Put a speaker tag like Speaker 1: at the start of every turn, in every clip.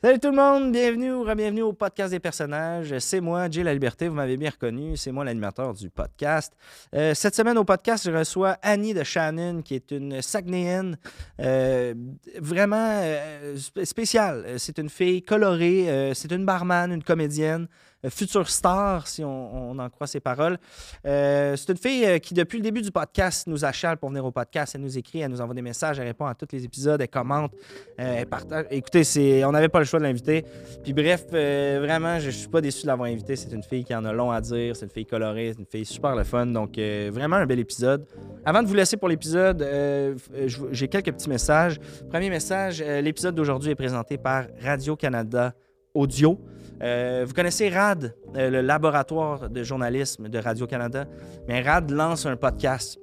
Speaker 1: Salut tout le monde, bienvenue ou bienvenue au podcast des personnages. C'est moi, Jay La Liberté, vous m'avez bien reconnu, c'est moi l'animateur du podcast. Euh, cette semaine au podcast, je reçois Annie de Shannon, qui est une Saguenéenne euh, vraiment euh, sp- spéciale. Euh, C'est une fille colorée, euh, c'est une barman, une comédienne, euh, future star, si on, on en croit ses paroles. Euh, c'est une fille euh, qui, depuis le début du podcast, nous achale pour venir au podcast. Elle nous écrit, elle nous envoie des messages, elle répond à tous les épisodes, elle commente. Euh, elle partage. Écoutez, c'est... on n'avait pas le choix de l'inviter. Puis bref, euh, vraiment, je ne suis pas déçu de l'avoir invitée. C'est une fille qui en a long à dire. C'est une fille colorée. C'est une fille super le fun. Donc, euh, vraiment un bel épisode. Avant de vous laisser pour l'épisode, euh, f- euh, je- j'ai quelques petits messages. Premier message, euh, l'épisode d'aujourd'hui est présenté par Radio-Canada Audio. Euh, vous connaissez RAD, euh, le laboratoire de journalisme de Radio-Canada. Mais RAD lance un podcast.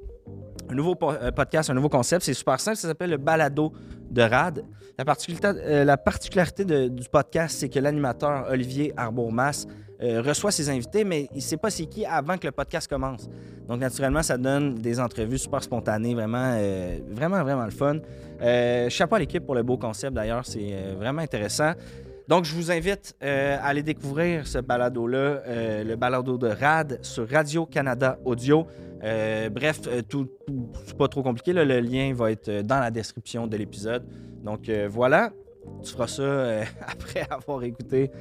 Speaker 1: Un nouveau po- euh, podcast, un nouveau concept. C'est super simple. Ça s'appelle le balado de RAD. La particularité, euh, la particularité de- du podcast, c'est que l'animateur Olivier Arbourmas euh, reçoit ses invités, mais il ne sait pas c'est qui avant que le podcast commence. Donc, naturellement, ça donne des entrevues super spontanées, vraiment, euh, vraiment, vraiment le fun. Euh, chapeau à l'équipe pour le beau concept, d'ailleurs, c'est euh, vraiment intéressant. Donc, je vous invite euh, à aller découvrir ce balado-là, euh, le balado de RAD sur Radio-Canada Audio. Euh, bref, euh, tout, tout- c'est pas trop compliqué, là, le lien va être euh, dans la description de l'épisode. Donc euh, voilà, tu feras ça euh, après avoir écouté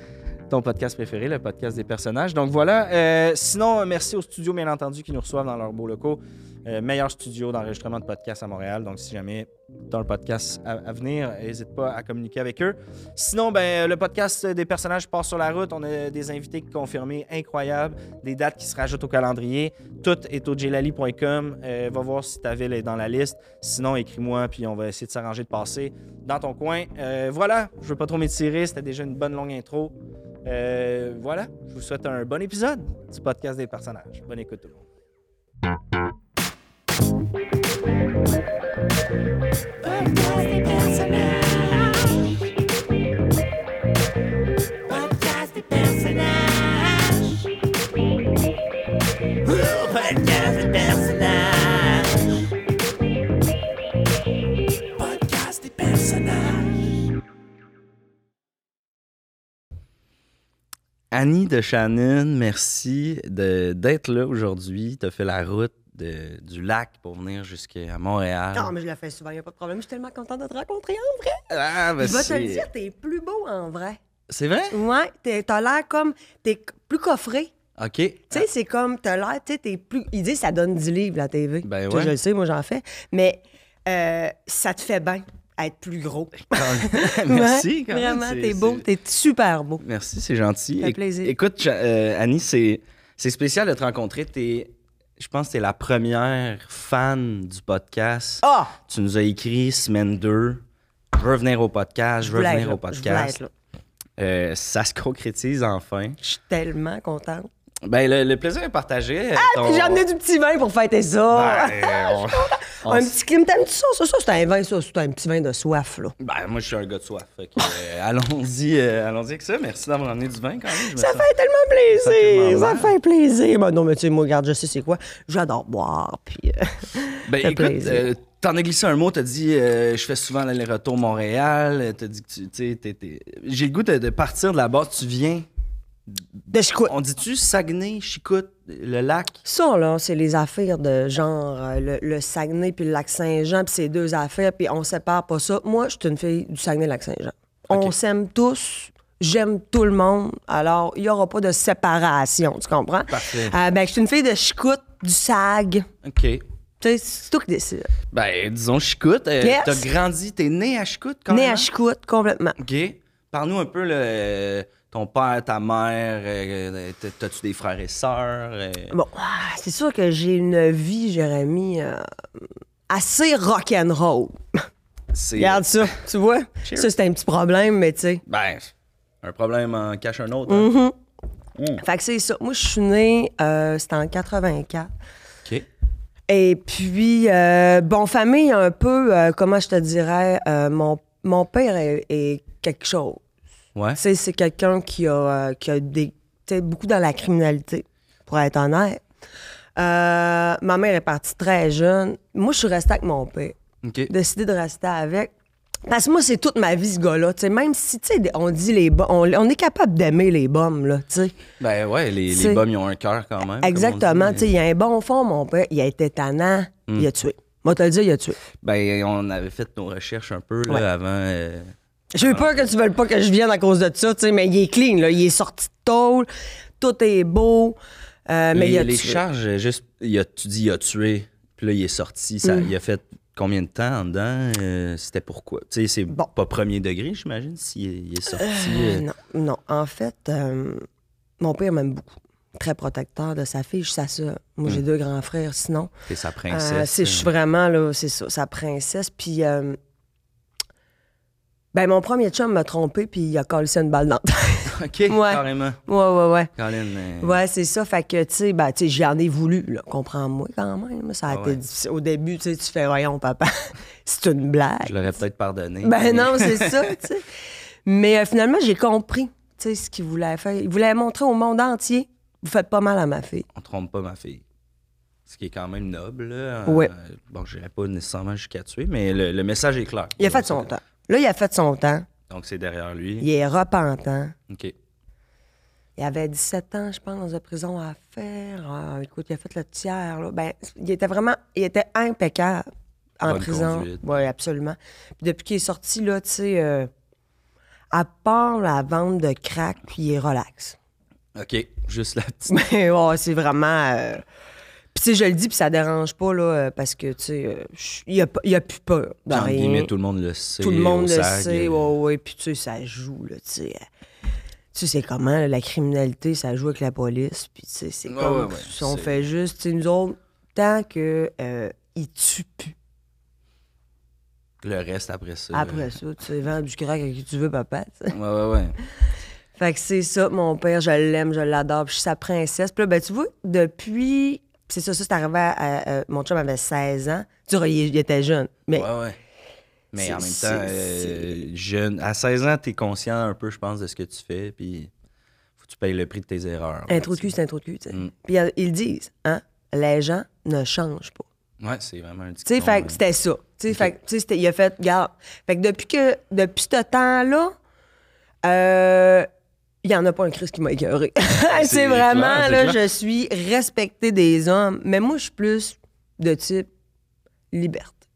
Speaker 1: ton podcast préféré, le podcast des personnages. Donc voilà, euh, sinon, euh, merci aux studios, bien entendu, qui nous reçoivent dans leurs beaux locaux. Euh, meilleur studio d'enregistrement de podcast à Montréal. Donc si jamais tu as un podcast à, à venir, n'hésite pas à communiquer avec eux. Sinon, ben, le podcast des personnages part sur la route. On a des invités confirmés incroyables, des dates qui se rajoutent au calendrier. Tout est au jelali.com. Euh, va voir si ta ville est dans la liste. Sinon, écris-moi, puis on va essayer de s'arranger de passer dans ton coin. Euh, voilà, je veux pas trop m'étirer, c'était déjà une bonne longue intro. Euh, voilà, je vous souhaite un bon épisode du podcast des personnages. Bonne écoute tout le monde.
Speaker 2: Podcast des personnages. Podcast des personnages. Ouh, Podcast des personnages. Podcast des personnages.
Speaker 1: Annie de Shannon, merci de- d'être là aujourd'hui. Tu as fait la route de- du lac pour venir jusqu'à Montréal.
Speaker 3: Non, Ah, mais je le fais souvent, il a pas de problème. Je suis tellement contente de te rencontrer en vrai.
Speaker 1: Ah, ben
Speaker 3: je vais te le
Speaker 1: c'est-
Speaker 3: dire, t'es plus beau en vrai.
Speaker 1: C'est vrai?
Speaker 3: Ouais, t'es- t'as l'air comme. T'es c- plus coffré.
Speaker 1: OK.
Speaker 3: Tu sais, c'est comme. T'as l'air. Tu sais, t'es plus. Ils disent ça donne 10 livres, la TV.
Speaker 1: Ben
Speaker 3: Tu sais,
Speaker 1: ouais.
Speaker 3: Je le sais, moi, j'en fais. Mais euh, ça te fait bien être plus gros.
Speaker 1: merci.
Speaker 3: Ouais,
Speaker 1: quand même.
Speaker 3: Vraiment,
Speaker 1: C'est-
Speaker 3: t'es beau.
Speaker 1: c'est-
Speaker 3: T'es super beau.
Speaker 1: Merci, c'est gentil.
Speaker 3: Ça fait
Speaker 1: Éc-
Speaker 3: plaisir.
Speaker 1: Écoute, Cha- euh, Annie, c'est c'est spécial de te rencontrer. T'es- je pense que tu es la première fan du podcast.
Speaker 3: Ah!
Speaker 1: Tu nous as écrit semaine 2, revenir au podcast, je
Speaker 3: Je
Speaker 1: veux
Speaker 3: voulais
Speaker 1: revenir
Speaker 3: être
Speaker 1: au
Speaker 3: là, je voulais
Speaker 1: podcast.
Speaker 3: être là.
Speaker 1: Euh, ça se concrétise enfin.
Speaker 3: Je suis tellement contente.
Speaker 1: Ben, le, le plaisir est partagé. Ah,
Speaker 3: J'ai amené du petit vin pour fêter
Speaker 1: Ben,
Speaker 3: ça. un petit clim. T'aimes-tu ça? Ça, ça, c'est un vin, ça. C'est un petit vin de soif, là.
Speaker 1: Ben, moi, je suis un gars de soif. fait que, euh, allons-y euh, allons-y avec ça. Merci d'avoir amené du vin quand même. je me
Speaker 3: Ça
Speaker 1: sens-
Speaker 3: fait tellement
Speaker 1: Sacrément
Speaker 3: plaisir! Ça
Speaker 1: mal.
Speaker 3: fait plaisir! Ben non, mais tu sais, moi, regarde, je sais c'est quoi. J'adore boire, puis... euh,
Speaker 1: Ben,
Speaker 3: Ça fait
Speaker 1: écoute,
Speaker 3: plaisir.
Speaker 1: euh, t'en as glissé un mot, t'as dit euh, je fais souvent l'aller-retour Montréal, euh, t'as dit que tu. tu sais, t'es- t'es- J'ai le goût de, de partir de là-bas, tu viens.
Speaker 3: de chicoute.
Speaker 1: On dit-tu Saguenay, Chicoute, le lac
Speaker 3: Ça, là, c'est les affaires de genre euh, le, le Saguenay puis le Lac-Saint-Jean, puis ces deux affaires, puis on sépare pas ça. Moi, je suis une fille du Saguenay-Lac-Saint-Jean. On s'aime tous, j'aime tout le monde, alors il y aura pas de séparation, tu comprends?
Speaker 1: Parfait.
Speaker 3: Euh, ben, je suis une fille de chicoute, du Sag.
Speaker 1: Ok.
Speaker 3: Tu sais, c'est toi qui décides.
Speaker 1: Ben, disons Chicoute. euh,
Speaker 3: Yes.
Speaker 1: T'as grandi, t'es né à Chicoute quand
Speaker 3: Née
Speaker 1: même. hein?
Speaker 3: à chicoute, complètement.
Speaker 1: Ok. Parle-nous un peu, là, euh, ton père, ta mère, euh, t'as- t'as-tu des frères et sœurs euh?
Speaker 3: Bon, ah, c'est sûr que j'ai une vie, Jérémy, euh, assez rock'n'roll.
Speaker 1: C'est.
Speaker 3: Regarde ça, tu vois?
Speaker 1: Cheers.
Speaker 3: Ça, c'est un petit problème, mais tu sais.
Speaker 1: Ben, un problème en cache un autre. hein.
Speaker 3: Fait que c'est ça. Moi, je suis née, euh, c'était en 84.
Speaker 1: Ok.
Speaker 3: Et puis, euh, bon, famille, un peu, euh, comment je te dirais, euh, mon, mon père est, est quelque chose.
Speaker 1: Ouais.
Speaker 3: Tu sais, c'est quelqu'un qui a, euh, qui a des, tu sais, beaucoup dans la criminalité, pour être honnête. Euh, ma mère est partie très jeune. Moi, je suis restée avec mon père.
Speaker 1: Ok.
Speaker 3: décidé de rester avec. Parce que moi, c'est toute ma vie, ce gars-là. tu sais. Même si, tu sais, on dit les bo- on, on est capable d'aimer les bombes, là, tu sais.
Speaker 4: Ben ouais, les, les
Speaker 3: C'est-
Speaker 4: bombes, ils ont un cœur quand même. comme on dit, Hmm.
Speaker 3: Exactement.
Speaker 4: mais-
Speaker 3: Tu sais, il y a un bon fond, mon père. Il a été tannant. Il a tué. Moi, te le dire, il a tué.
Speaker 4: Ben, on avait fait nos recherches un peu là,
Speaker 3: Ouais.
Speaker 4: avant. euh,
Speaker 3: J'ai eu peur que tu veuilles pas que je vienne à cause de ça, tu sais, mais il est clean, là. Il est sorti de tôle. Tout est beau. Euh, mais
Speaker 4: les
Speaker 3: il a
Speaker 4: les
Speaker 3: tué.
Speaker 4: charges, euh, juste, il a- tu dis il a tué, puis là, il est sorti. Ça,
Speaker 3: Mm.
Speaker 4: Il a fait combien de temps en dedans? Euh, C'était pourquoi? Tu sais, c'est
Speaker 3: Bon.
Speaker 4: pas premier degré, j'imagine, s'il est- il est sorti. euh,
Speaker 3: Euh, non, non. En fait, euh, mon père m'aime beaucoup. Très protecteur de sa fille. Je suis sa sœur. Moi,
Speaker 4: Hmm.
Speaker 3: j'ai deux grands frères, sinon.
Speaker 4: T'es sa
Speaker 3: Euh,
Speaker 4: princesse.
Speaker 3: c'est- je suis vraiment, là, c'est ça, sa princesse. Puis, euh, ben, mon premier chum m'a trompé, puis il a collé une balle dans le
Speaker 4: OK,
Speaker 3: Ouais.
Speaker 4: carrément.
Speaker 3: Ouais, ouais, ouais.
Speaker 4: Colin, euh,
Speaker 3: Ouais, c'est ça. Fait que, tu sais, ben, tu sais, j'en ai voulu, là. Comprends-moi quand même. Ça a
Speaker 4: Ah
Speaker 3: été
Speaker 4: ouais.
Speaker 3: difficile. Au début, tu sais, tu fais, voyons, papa, c'est une blague.
Speaker 4: je l'aurais peut-être pardonné.
Speaker 3: Ben non, c'est ça, tu sais. Mais euh, finalement, j'ai compris, tu sais, ce qu'il voulait faire. Il voulait montrer au monde entier, vous faites pas mal à ma fille.
Speaker 4: On trompe pas ma fille. Ce qui est quand même noble. Là.
Speaker 3: Ouais.
Speaker 4: Euh, bon, j'irai pas nécessairement jusqu'à tuer, mais le, le message est clair.
Speaker 3: Il a fait son temps. Là, il a fait son temps.
Speaker 4: Donc, c'est derrière lui.
Speaker 3: Il est repentant.
Speaker 4: OK.
Speaker 3: Il avait 17 ans, je pense, de prison à faire. Ah, écoute, il a fait le tiers. Là. Ben, il était vraiment, il était impeccable en
Speaker 4: Bonne
Speaker 3: prison.
Speaker 4: conduite.
Speaker 3: Oui, absolument. Puis depuis qu'il est sorti, là, tu sais, euh, à part la vente de crack, puis il est relax.
Speaker 4: OK. Juste la petite.
Speaker 3: Mais ouais, c'est vraiment. euh, Puis tu sais, je le dis, puis ça dérange pas, là, euh, parce que, tu sais, euh, je- il a, pas- il a plus peur de
Speaker 4: Entre
Speaker 3: rien.
Speaker 4: guillemets, tout le monde le sait.
Speaker 3: Tout le
Speaker 4: au
Speaker 3: monde le
Speaker 4: SAG,
Speaker 3: sait,
Speaker 4: euh,
Speaker 3: ouais, ouais. Puis tu sais, ça joue, là, tu sais. euh, Tu sais, c'est comment, là, la criminalité, ça joue avec la police. Puis tu sais, c'est
Speaker 4: Ouais,
Speaker 3: comme
Speaker 4: ouais, ouais,
Speaker 3: si on
Speaker 4: c'est-
Speaker 3: fait juste, tu sais, nous autres, tant que euh, ils tuent plus.
Speaker 4: Le reste après ça. euh,
Speaker 3: Après ça, tu sais, vends du crack à qui tu veux, papa, tu sais.
Speaker 4: Ouais, ouais, ouais.
Speaker 3: Fait que c'est ça, mon père, je l'aime, je l'adore, puis je suis sa princesse. Puis là, ben, tu vois, depuis. C'est ça, ça, c'est arrivé à. à- à- mon chum avait 16 ans. Tu vois, il, il était jeune. Mais
Speaker 4: Ouais, ouais. Mais
Speaker 3: C'est-
Speaker 4: en même temps,
Speaker 3: c'est-
Speaker 4: euh, jeune, à 16 ans, t'es conscient un peu, je pense, de ce que tu fais, puis faut que tu payes le prix de tes erreurs.
Speaker 3: un trou de cul, c'est un trou de cul, tu sais.
Speaker 4: Mm.
Speaker 3: Puis euh, ils le disent, hein, les gens ne changent pas.
Speaker 4: Ouais, c'est vraiment un euh, petit
Speaker 3: Tu sais, fait que c'était ça. Tu sais, fait que, tu sais, c'était- il a fait, garde. Fait que depuis que, depuis ce temps-là, euh, il n'y en a pas un Christ qui m'a écœuré.
Speaker 4: c'est
Speaker 3: c'est vraiment,
Speaker 4: clair, c'est
Speaker 3: là,
Speaker 4: clair.
Speaker 3: je suis respectée des hommes, mais moi, je suis plus de type liberté.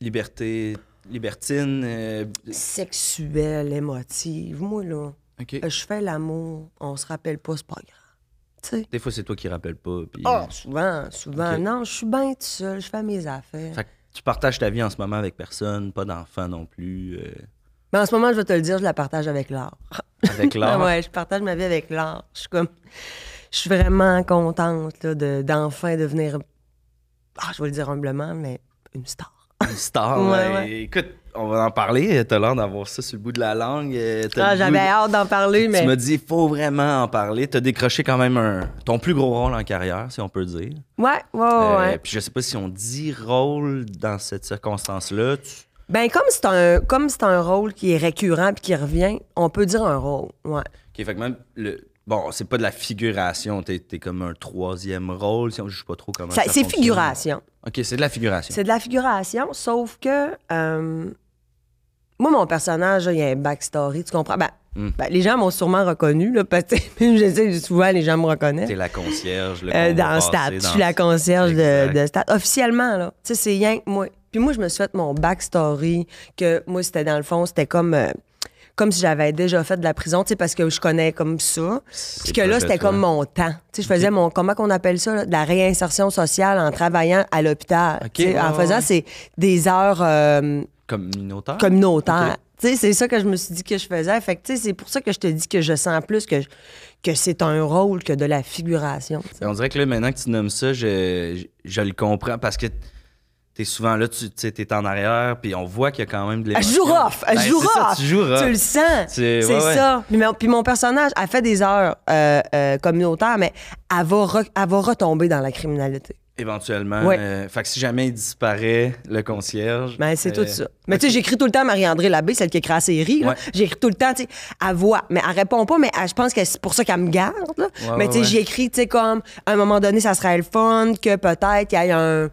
Speaker 4: Liberté, libertine. euh,
Speaker 3: Sexuelle, émotive. Moi, là,
Speaker 4: OK.
Speaker 3: je fais l'amour, on se rappelle pas, c'est pas grave. Tu sais?
Speaker 4: Des fois, c'est toi qui rappelles pas, puis...
Speaker 3: Ah, souvent, souvent.
Speaker 4: Ok.
Speaker 3: Non, je suis bien toute seule, je fais mes affaires.
Speaker 4: Fait que tu partages ta vie en ce moment avec personne, pas d'enfant non plus, euh,
Speaker 3: Mais en ce moment, je vais te le dire, je la partage avec l'art.
Speaker 4: avec l'art.
Speaker 3: Ah ouais, je partage ma vie avec l'art. Je suis comme. Je suis vraiment contente là, de- d'enfin devenir. Ah, je vais le dire humblement, mais une star.
Speaker 4: Une star.
Speaker 3: Ouais,
Speaker 4: ouais.
Speaker 3: ouais.
Speaker 4: euh, Écoute, on va en parler. T'as l'air d'avoir ça sur le bout de la langue. euh, t'as
Speaker 3: Ah,
Speaker 4: le
Speaker 3: J'avais
Speaker 4: goût de-
Speaker 3: hâte d'en parler, mais.
Speaker 4: Tu m'as dit, il faut vraiment en parler. T'as décroché quand même un, ton plus gros rôle en carrière, si on peut dire.
Speaker 3: Ouais, ouais, ouais.
Speaker 4: Euh,
Speaker 3: Oh, ouais.
Speaker 4: Puis je sais pas si on dit rôle dans cette circonstance-là. Tu-
Speaker 3: Ben, comme c'est un, comme c'est un rôle qui est récurrent puis qui revient, on peut dire un rôle. Ouais.
Speaker 4: OK, fait que même le. Bon, c'est pas de la figuration. T'es es comme un troisième rôle. Si on juge pas trop comment
Speaker 3: Ça-
Speaker 4: ça
Speaker 3: c'est
Speaker 4: fonctionne.
Speaker 3: figuration.
Speaker 4: OK, c'est de la figuration.
Speaker 3: C'est de la figuration, sauf que. euh, moi, mon personnage, là, il y a un backstory, tu comprends? Ben,
Speaker 4: Mm.
Speaker 3: ben, les gens m'ont sûrement reconnu, là, parce que je sais, souvent, les gens me reconnaissent.
Speaker 4: T'es la concierge. Le
Speaker 3: Euh,
Speaker 4: qu'on va
Speaker 3: dans
Speaker 4: passer
Speaker 3: Stade. Je
Speaker 4: dans-
Speaker 3: suis la concierge de,
Speaker 4: Exact.
Speaker 3: de Stade. Officiellement, là. Tu sais, c'est rien que moi. Puis moi, je me suis fait mon backstory, que moi, c'était dans le fond, c'était comme. euh, comme si j'avais déjà fait de la prison, tu sais, parce que je connais comme ça. Puis que
Speaker 4: proche
Speaker 3: là,
Speaker 4: de
Speaker 3: c'était
Speaker 4: toi.
Speaker 3: comme mon temps. Tu sais, je faisais mon, comment qu'on appelle ça, là, de la réinsertion sociale en travaillant à l'hôpital.
Speaker 4: Ok,
Speaker 3: Tu sais, en
Speaker 4: ouais, ouais,
Speaker 3: faisant
Speaker 4: ouais.
Speaker 3: ces, des heures euh,
Speaker 4: Communautaire.
Speaker 3: communautaire.
Speaker 4: Ok.
Speaker 3: Tu sais, c'est ça que je me suis dit que je faisais. Fait que, tu sais, c'est pour ça que je te dis que je sens plus que, je- que c'est un rôle que de la figuration. tu sais.
Speaker 4: Ben, On dirait que là, maintenant que tu nommes ça, je, je, je le comprends parce que t'es souvent là, tu es en arrière, puis on voit qu'il y a quand même de
Speaker 3: Elle
Speaker 4: l'émotion.
Speaker 3: Ah, joue rough, elle
Speaker 4: Ben,
Speaker 3: joue
Speaker 4: c'est ça,
Speaker 3: rough.
Speaker 4: tu joues rough.
Speaker 3: le sens.
Speaker 4: Tu- ouais,
Speaker 3: C'est
Speaker 4: ouais.
Speaker 3: ça. Puis mon, puis mon personnage, elle fait des heures euh, euh, communautaires, mais elle va, re- elle va retomber dans la criminalité.
Speaker 4: Éventuellement.
Speaker 3: Ouais.
Speaker 4: euh, fait que si jamais il disparaît, le concierge.
Speaker 3: Mais c'est
Speaker 4: euh,
Speaker 3: tout ça. Mais tu sais, j'écris tout le temps Marie-André Labbé, celle qui écrit la série. là.
Speaker 4: Ouais.
Speaker 3: J'écris tout le temps, tu sais, à voix. Mais elle répond pas, mais elle- je pense que c'est pour ça qu'elle me garde. là.
Speaker 4: Ouais, ouais,
Speaker 3: mais tu sais,
Speaker 4: ouais.
Speaker 3: j'écris, tu sais, comme à un moment donné, ça serait le fun que peut-être il y ait un,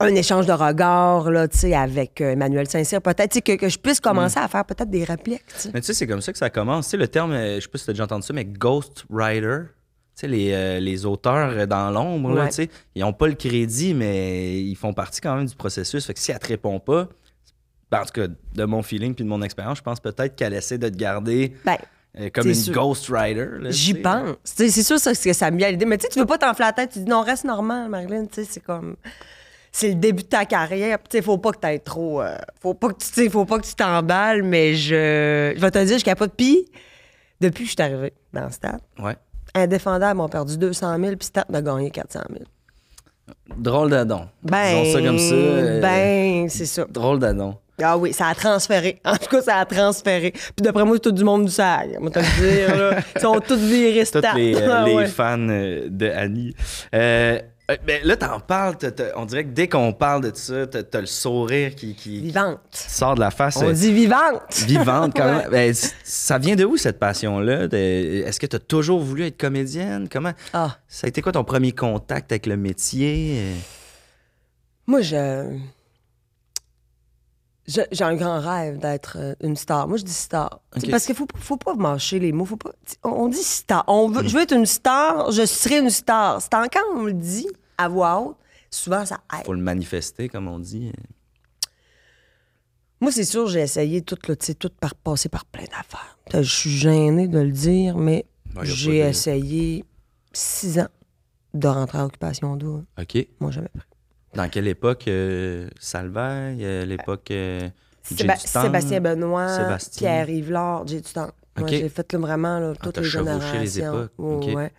Speaker 3: un échange de regards là, tu sais, avec euh, Emmanuel Saint-Cyr. Peut-être tu sais, que, que je puisse
Speaker 4: Mm.
Speaker 3: commencer à faire peut-être des répliques. tu sais.
Speaker 4: Mais tu sais, c'est comme ça que ça commence. Tu sais, le terme, euh, je sais pas si t'as déjà entendu ça, mais ghost writer. Tu sais, les, euh, les auteurs euh, dans l'ombre, là,
Speaker 3: Ouais.
Speaker 4: tu sais, ils n'ont pas le crédit, mais ils font partie quand même du processus. Fait que si elle te répond pas, ben, en tout cas, de mon feeling puis de mon expérience, je pense peut-être qu'elle essaie de te garder
Speaker 3: Ben,
Speaker 4: euh, comme
Speaker 3: c'est
Speaker 4: une
Speaker 3: sûr.
Speaker 4: ghost writer. là, tu
Speaker 3: J'y
Speaker 4: sais.
Speaker 3: pense. Tu sais, C'est sûr ça, c'est que ça me vient à l'idée. Mais tu sais, tu veux pas t'enfler la tête. Tu dis non, reste normal, Marilyn. Tu sais, c'est comme. C'est le début de ta carrière. Puis, Tu sais, faut pas que t'aies trop. euh, faut pas que tu tu sais, faut pas que tu t'emballes. Mais je. Je vais te dire, je capote. Puis, depuis que je suis arrivée dans le stade,
Speaker 4: Ouais.
Speaker 3: indéfendable, on a perdu 200 000. Puis, stade, on a gagné 400 000.
Speaker 4: Drôle d'adon.
Speaker 3: Ben.
Speaker 4: Disons ça comme ça. euh,
Speaker 3: Ben, c'est ça.
Speaker 4: Drôle d'adon.
Speaker 3: Ah oui, ça a transféré. En tout cas, ça a transféré. Puis d'après moi, c'est tout du monde du SAG. On va te le dire, là. Ils sont tous virés
Speaker 4: Toutes
Speaker 3: stade.
Speaker 4: les, euh,
Speaker 3: Ah
Speaker 4: les
Speaker 3: ouais.
Speaker 4: fans euh, de Annie. Euh, euh, ben, là, t'en parles, t'as- t'as- on dirait que dès qu'on parle de ça, t'as t'as le sourire qui, qui- qui
Speaker 3: Vivante.
Speaker 4: sort de la face.
Speaker 3: On
Speaker 4: euh,
Speaker 3: dit vivante.
Speaker 4: Vivante, quand
Speaker 3: Ouais.
Speaker 4: même. Ben, c- ça vient de où, cette passion-là? De- Est-ce que t'as toujours voulu être comédienne? Comment?
Speaker 3: Ah,
Speaker 4: Ça a été quoi ton premier contact avec le métier? Euh,
Speaker 3: moi, je. je- J'ai un grand rêve d'être euh, une star. Moi, je dis star. Tu sais,
Speaker 4: Ok.
Speaker 3: Parce qu'il faut, faut pas mâcher les mots. Faut pas, tu- on- on dit star. On veut, Je veux être une star, je serai une star. C'est encore, on le dit à voix haute, souvent ça aide.
Speaker 4: Faut le manifester, comme on dit.
Speaker 3: Moi, c'est sûr, j'ai essayé tout, là, tu sais, tout par passer par plein d'affaires. Putain, Je suis gênée de le dire, mais
Speaker 4: Non, y a pas
Speaker 3: j'ai
Speaker 4: de-
Speaker 3: essayé six ans de rentrer à Occupation d'eau.
Speaker 4: OK.
Speaker 3: Moi, j'avais pris.
Speaker 4: Dans quelle époque? euh, Salvaille? euh, L'époque... euh, Jay
Speaker 3: Séba-
Speaker 4: Dutton?
Speaker 3: Sébastien Benoît,
Speaker 4: Sébastien.
Speaker 3: Pierre Yvelard, j'ai du temps. Moi,
Speaker 4: Ok. Ah,
Speaker 3: j'ai fait là, vraiment là, toutes
Speaker 4: t'as
Speaker 3: les
Speaker 4: chevauché
Speaker 3: générations.
Speaker 4: les époques.
Speaker 3: Ouais,
Speaker 4: Ok.
Speaker 3: ouais.